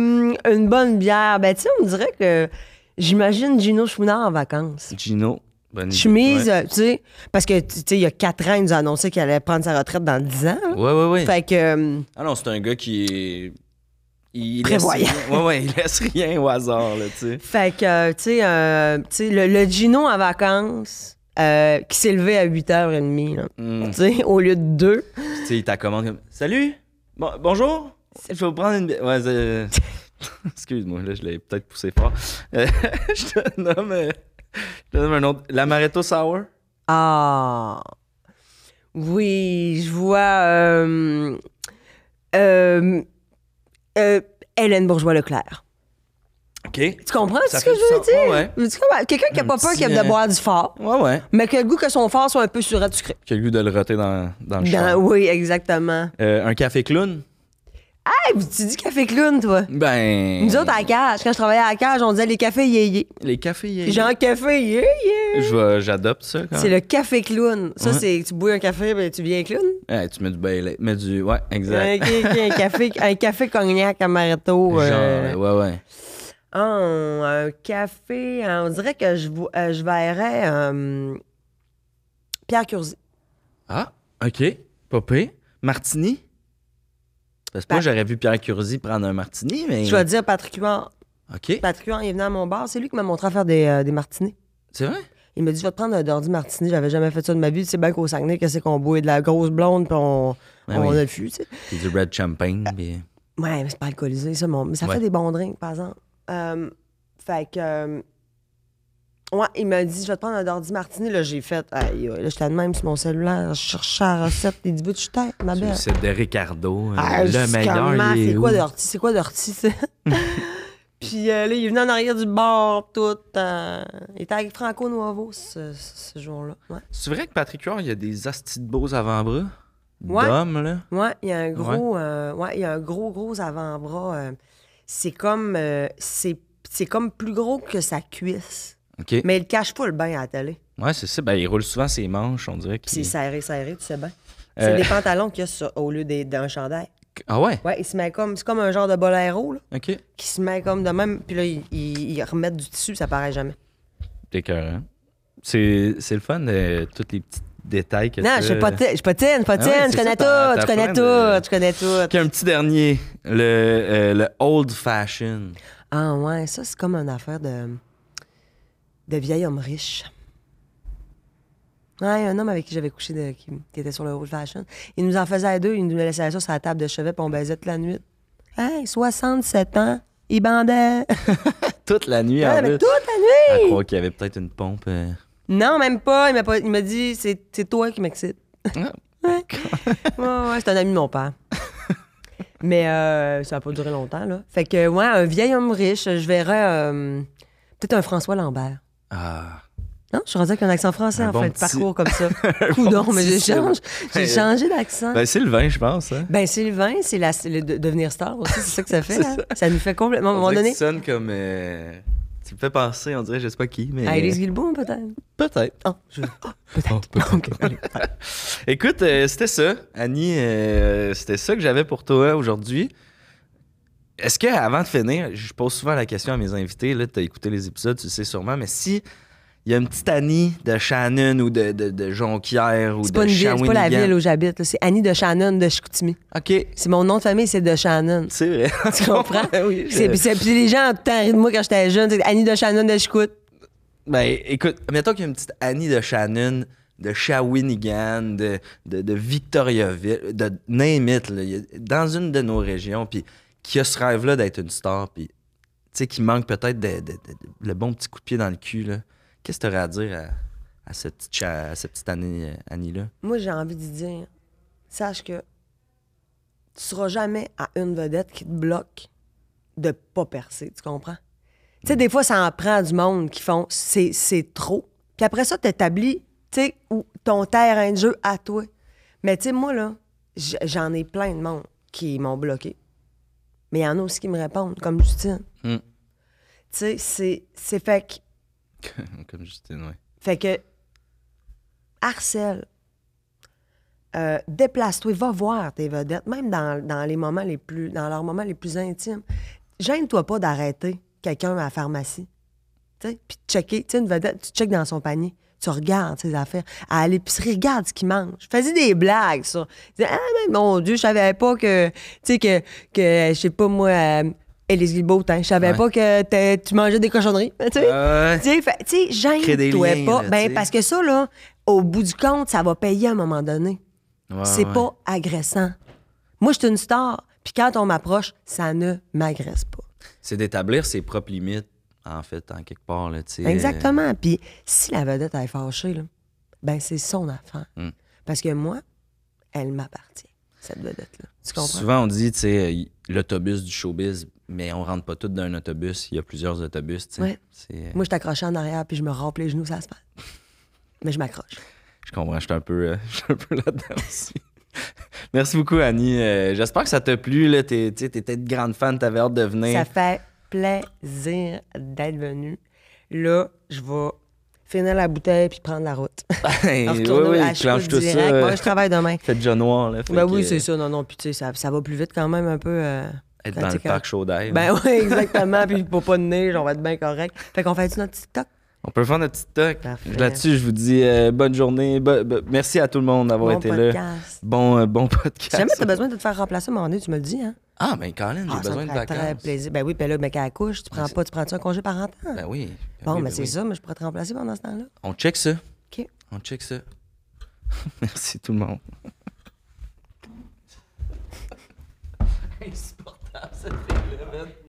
Speaker 3: une bonne bière. Ben, tu sais, on dirait que j'imagine Gino Chouinard en vacances.
Speaker 4: Gino. Bonne idée.
Speaker 3: Chemise,
Speaker 4: Ouais.
Speaker 3: euh, tu sais, parce que, tu sais, il y a quatre ans, il nous a annoncé qu'il allait prendre sa retraite dans 10 ans. là.
Speaker 4: Ouais, ouais, ouais.
Speaker 3: Fait que, euh,
Speaker 4: Ah non, c'est un gars qui est. Il laisse
Speaker 3: Prévoyant.
Speaker 4: rien- Ouais, ouais, il laisse rien au hasard, là, tu sais.
Speaker 3: fait que euh, tu sais, euh, tu sais, le, le Gino en vacances, euh, qui s'est levé à 8h30, là.
Speaker 4: Hmm.
Speaker 3: tu sais, au lieu de 2.
Speaker 4: Tu sais, il t'accommande comme Salut Bon- Bonjour Je vais vous prendre une. bi- Ouais, euh, Excuse-moi, là, je l'ai peut-être poussé fort. Euh, je te nomme. euh, Je te nomme un autre. L'amaretto sour
Speaker 3: Ah. Oui, je vois. euh, euh, euh, Hélène Bourgeois-Leclerc.
Speaker 4: Ok. Ouais,
Speaker 3: Tu comprends
Speaker 4: Ça
Speaker 3: Oh, ce que
Speaker 4: fait du
Speaker 3: je veux
Speaker 4: sens.
Speaker 3: dire?
Speaker 4: Ouais,
Speaker 3: Tu comprends? Quelqu'un qui n'a
Speaker 4: Un
Speaker 3: pas peur
Speaker 4: petit,
Speaker 3: qui aime
Speaker 4: euh,
Speaker 3: de boire du fort,
Speaker 4: ouais.
Speaker 3: mais qui a le goût que son fort soit un peu sucré.
Speaker 4: Qui a le goût de le roter dans, dans le
Speaker 3: Dans-
Speaker 4: char.
Speaker 3: oui, exactement.
Speaker 4: Euh, un café clown
Speaker 3: Hey, tu dis café clown, toi?
Speaker 4: Ben.
Speaker 3: Nous autres, à la cage, quand je travaillais à la cage, on disait les cafés yéyé.
Speaker 4: Les cafés. il y a-
Speaker 3: Genre café yéyé.
Speaker 4: Je vais- J'adopte ça quand
Speaker 3: C'est le café clown. Ça,
Speaker 4: Ah. Ouais.
Speaker 3: c'est tu bois un café, ben, tu viens clown.
Speaker 4: Ouais, tu mets du Bailey. Mets du. Ouais, exact.
Speaker 3: Un, un- un café, un café cognac amaretto.
Speaker 4: Genre,
Speaker 3: euh,
Speaker 4: ouais, ouais.
Speaker 3: Ah, un café. On dirait que je, vo- euh, je verrais euh, Pierre Curzi.
Speaker 4: Ah, OK. Popé. Martini. Parce que moi, j'aurais vu Pierre Curzi prendre un martini, mais.
Speaker 3: Bah. Je vais te dire, Patrick Huard,
Speaker 4: OK.
Speaker 3: Patrick Huard, il est venu à mon bar. C'est lui qui m'a montré à faire des, euh, des martinis.
Speaker 4: C'est vrai?
Speaker 3: Il m'a dit, je vais te prendre un Dordi Martini. J'avais jamais fait ça de ma vie. C'est bien qu'au Saguenay, qu'est-ce qu'on boit de la grosse blonde, puis on,
Speaker 4: Ben
Speaker 3: on
Speaker 4: oui.
Speaker 3: a fui, tu sais.
Speaker 4: Puis du red
Speaker 3: Bah,
Speaker 4: champagne. puis-
Speaker 3: Ouais, mais c'est pas alcoolisé, ça, mon... mais ça
Speaker 4: Ouais.
Speaker 3: fait des bons drinks, par exemple. Euh, fait que. euh, Ouais, il m'a dit, je vais te prendre un Dordi Martini. Là, j'ai fait, aïe, aïe, là, j'étais de même sur mon cellulaire, je cherchais la recette des 10 bouts de chutette, ma belle.
Speaker 4: C'est de Ricardo. euh,
Speaker 3: ben. Ah, je
Speaker 4: le
Speaker 3: sais
Speaker 4: meilleur.
Speaker 3: comment,
Speaker 4: il est
Speaker 3: C'est quoi
Speaker 4: où?
Speaker 3: d'ortie? C'est quoi d'ortie, ça? Puis euh, là, il est venu en arrière du bar, tout. euh, il était avec Franco Nuovo ce, ce jour-là. Ouais.
Speaker 4: C'est vrai que Patrick Huard, il a des astis de beaux avant-bras.
Speaker 3: Ouais.
Speaker 4: D'hommes, là.
Speaker 3: Ouais, il y a un gros, euh, ouais, il y a un gros, gros avant-bras. euh, c'est comme, euh, c'est, c'est comme plus gros que sa cuisse.
Speaker 4: OK.
Speaker 3: Mais il cache pas le bain à la télé.
Speaker 4: Ouais, c'est ça. Ben, il roule souvent ses manches, on dirait.
Speaker 3: Puis c'est
Speaker 4: qu'il-
Speaker 3: serré, serré, tu sais bien.
Speaker 4: Euh.
Speaker 3: C'est des pantalons qu'il y a sur- au lieu des- d'un chandail.
Speaker 4: Ah ouais?
Speaker 3: Ouais, il se met comme, c'est comme un genre de boléro, là,
Speaker 4: OK.
Speaker 3: qui se met comme de même. Puis là, ils il, il remettent du tissu, ça paraît jamais.
Speaker 4: Écœurant. C'est c'est le fun, de tous les petits détails que
Speaker 3: Non,
Speaker 4: t'as. euh,
Speaker 3: je suis potine, je suis potine, je
Speaker 4: Ah ouais,
Speaker 3: potine,
Speaker 4: c'est
Speaker 3: je
Speaker 4: ça,
Speaker 3: connais
Speaker 4: t'as-
Speaker 3: tout, je
Speaker 4: t'as
Speaker 3: connais
Speaker 4: plein de-
Speaker 3: tout, je connais
Speaker 4: Puis
Speaker 3: tout.
Speaker 4: un petit dernier, le, euh, le old fashion.
Speaker 3: Ah ouais, ça, c'est comme une affaire de, de vieil homme riche. Ouais, un homme avec qui j'avais couché, de- qui, qui était sur le old fashion. Il nous en faisait à deux, il nous laissait ça sur la table de chevet, puis on baisait toute la nuit. Hey, 67 ans, il bandait.
Speaker 4: Toute la nuit, en
Speaker 3: Ouais, mais
Speaker 4: plus.
Speaker 3: toute la
Speaker 4: À
Speaker 3: nuit!
Speaker 4: croire qu'il y avait peut-être une pompe. euh,
Speaker 3: Non, même pas. Il m'a, pas- il m'a dit, c'est, c'est toi qui m'excite.
Speaker 4: Ah.
Speaker 3: ouais. ouais, ouais, c'est un ami de mon père. Mais euh, ça n'a pas duré longtemps, là. Fait que, ouais, un vieil homme riche, je verrais euh, peut-être un François Lambert.
Speaker 4: Ah.
Speaker 3: Non, je suis rendue avec un accent français,
Speaker 4: Un
Speaker 3: en
Speaker 4: bon
Speaker 3: fait,
Speaker 4: petit-
Speaker 3: parcours comme ça. Coudon,
Speaker 4: bon
Speaker 3: mais
Speaker 4: petit
Speaker 3: j'ai changé, j'ai
Speaker 4: Ben,
Speaker 3: changé d'accent. Ben,
Speaker 4: Ben, Sylvain, je pense. Hein?
Speaker 3: Sylvain, c'est, la, c'est le de- devenir star aussi, c'est ça que ça fait.
Speaker 4: C'est
Speaker 3: hein.
Speaker 4: ça.
Speaker 3: ça. nous fait complètement. À un
Speaker 4: On
Speaker 3: moment
Speaker 4: dirait que Tu
Speaker 3: donné,
Speaker 4: sonnes comme. euh, tu me fais penser, on dirait, je sais pas qui, mais.
Speaker 3: à Ah, Élise Guilbault, peut-être.
Speaker 4: Peut-être.
Speaker 3: Ah, je- ah, peut-être.
Speaker 4: euh, Oh, peut-être.
Speaker 3: Ok, allez.
Speaker 4: Écoute, euh, c'était ça, Annie. euh, c'était ça que j'avais pour toi aujourd'hui. Est-ce que, avant de finir, je pose souvent la question à mes invités. Là, t'as écouté les épisodes, tu le sais sûrement, mais si il y a une petite Annie de Shannon ou de, de, de Jonquière ou
Speaker 3: C'est
Speaker 4: de
Speaker 3: pas une ville, c'est pas la
Speaker 4: Shawinigan-
Speaker 3: ville où j'habite. là. C'est Annie de Shannon de Chicoutimi.
Speaker 4: Ok,
Speaker 3: C'est mon nom de famille, c'est de Shannon.
Speaker 4: c'est vrai.
Speaker 3: Tu comprends?
Speaker 4: oui. je-
Speaker 3: C'est- puis c'est- puis les gens ont tout le temps ri de moi quand j'étais jeune. c'est Annie de Shannon de Chicout.
Speaker 4: Ben, écoute, mettons qu'il y a une petite Annie de Shannon, de Shawinigan, de, de, de Victoriaville, de name it, là, il y a- dans une de nos régions, puis qui a ce rêve-là d'être une star, puis tu sais, qui manque peut-être de- de- de- de- le bon petit coup de pied dans le cul, là. Qu'est-ce que tu aurais à dire à, à cette petite, cha- à cette petite Annie, euh, Annie là
Speaker 3: Moi, j'ai envie de dire, sache que tu seras jamais à une vedette qui te bloque de pas percer. Tu comprends? Tu sais, des fois, ça en prend du monde qui font c'est c'est trop. Puis après ça, t'établis, tu sais, où ton terrain de jeu à toi. Mais tu sais, moi, là, j- j'en ai plein de monde qui m'ont bloqué. Mais il y en a aussi qui me répondent, comme Justine.
Speaker 4: Mm.
Speaker 3: Tu sais, c'est- c'est fait que
Speaker 4: Comme Justine, ouais.
Speaker 3: fait que, harcèle. Euh, Déplace-toi, va voir tes vedettes, même dans, dans les moments les plus, dans leurs moments les plus intimes. Gêne-toi pas d'arrêter quelqu'un à la pharmacie. tu sais, Puis de checker, tu sais, une vedette, tu checkes dans son panier, tu regardes ses affaires. À l'épicerie, regarde ce qu'il mange. Fais-y des blagues sur. Dis, ah, mais mon Dieu, je savais pas que, tu sais, que, que, je sais pas moi, euh, Élise Guilbeault, hein, je savais
Speaker 4: Ouais.
Speaker 3: pas que t'es- tu mangeais des cochonneries. Tu sais?
Speaker 4: Ouais.
Speaker 3: Tu sais, fait- tu sais,
Speaker 4: Crée des
Speaker 3: gêne-toi
Speaker 4: liens,
Speaker 3: pas.
Speaker 4: là, tu
Speaker 3: ben,
Speaker 4: sais.
Speaker 3: parce que ça, là, au bout du compte, ça va payer à un moment donné.
Speaker 4: Ouais,
Speaker 3: c'est
Speaker 4: ouais.
Speaker 3: pas agressant. Moi, je suis une star, puis quand on m'approche, ça ne m'agresse pas.
Speaker 4: C'est d'établir ses propres limites, en fait, en quelque part, là, tu sais.
Speaker 3: Exactement. Puis si la vedette elle est fâchée, là, ben, c'est son affaire.
Speaker 4: Mm.
Speaker 3: Parce que moi, elle m'appartient, cette vedette-là. Tu comprends?
Speaker 4: Souvent, on dit, tu sais, euh, y- l'autobus du showbiz, mais on rentre pas tous dans un autobus. Il y a plusieurs autobus, tu sais.
Speaker 3: Ouais.
Speaker 4: C'est- euh,
Speaker 3: Moi, je t'accroche en arrière, puis je me rampe les genoux, ça se passe. Mais je m'accroche.
Speaker 4: Je comprends, je suis un peu, euh, je suis un peu là-dedans aussi. Merci beaucoup, Annie. Euh, J'espère que ça t'a plu. là. T'es- Tu étais de grande fan, t'avais hâte de venir.
Speaker 3: Ça fait plaisir d'être venu. Là, je vais finir la bouteille puis prendre la route.
Speaker 4: Hey, oui,
Speaker 3: Retourner
Speaker 4: oui,
Speaker 3: à
Speaker 4: il clenche
Speaker 3: Chicout
Speaker 4: tout
Speaker 3: direct.
Speaker 4: ça. euh,
Speaker 3: Moi, je travaille demain.
Speaker 4: Fait déjà noir. Là,
Speaker 3: Ben oui, c'est ça. Non, non, puis tu sais, ça, ça va plus vite quand même un peu. euh, Ben
Speaker 4: Être
Speaker 3: quand
Speaker 4: dans
Speaker 3: tu
Speaker 4: le
Speaker 3: sais, quand-
Speaker 4: parc chaud d'air.
Speaker 3: Ben oui, exactement. puis pour pas de neige, on va être bien correct. Fait qu'on fait-tu notre TikTok?
Speaker 4: On peut faire notre TikTok.
Speaker 3: Parfait.
Speaker 4: Là-dessus, je vous dis euh, bonne journée. bo- bo- merci à tout le monde d'avoir
Speaker 3: Bon
Speaker 4: été là.
Speaker 3: podcast.
Speaker 4: Bon, euh, bon podcast.
Speaker 3: Si jamais t'as besoin de te faire remplacer à un moment donné, tu me le dis, hein?
Speaker 4: Ah, ben Colin, j'ai
Speaker 3: Ah, ça
Speaker 4: besoin
Speaker 3: me
Speaker 4: de
Speaker 3: ferait Très
Speaker 4: vacances.
Speaker 3: plaisir. Ben oui, ben là, mec, à la couche, tu prends pas, tu prends-tu un congé parental?
Speaker 4: Ben oui. ben
Speaker 3: bon,
Speaker 4: oui,
Speaker 3: mais
Speaker 4: ben
Speaker 3: c'est
Speaker 4: oui.
Speaker 3: ça, mais je pourrais te remplacer pendant ce temps-là.
Speaker 4: On check ça.
Speaker 3: OK.
Speaker 4: On check ça. merci tout le monde.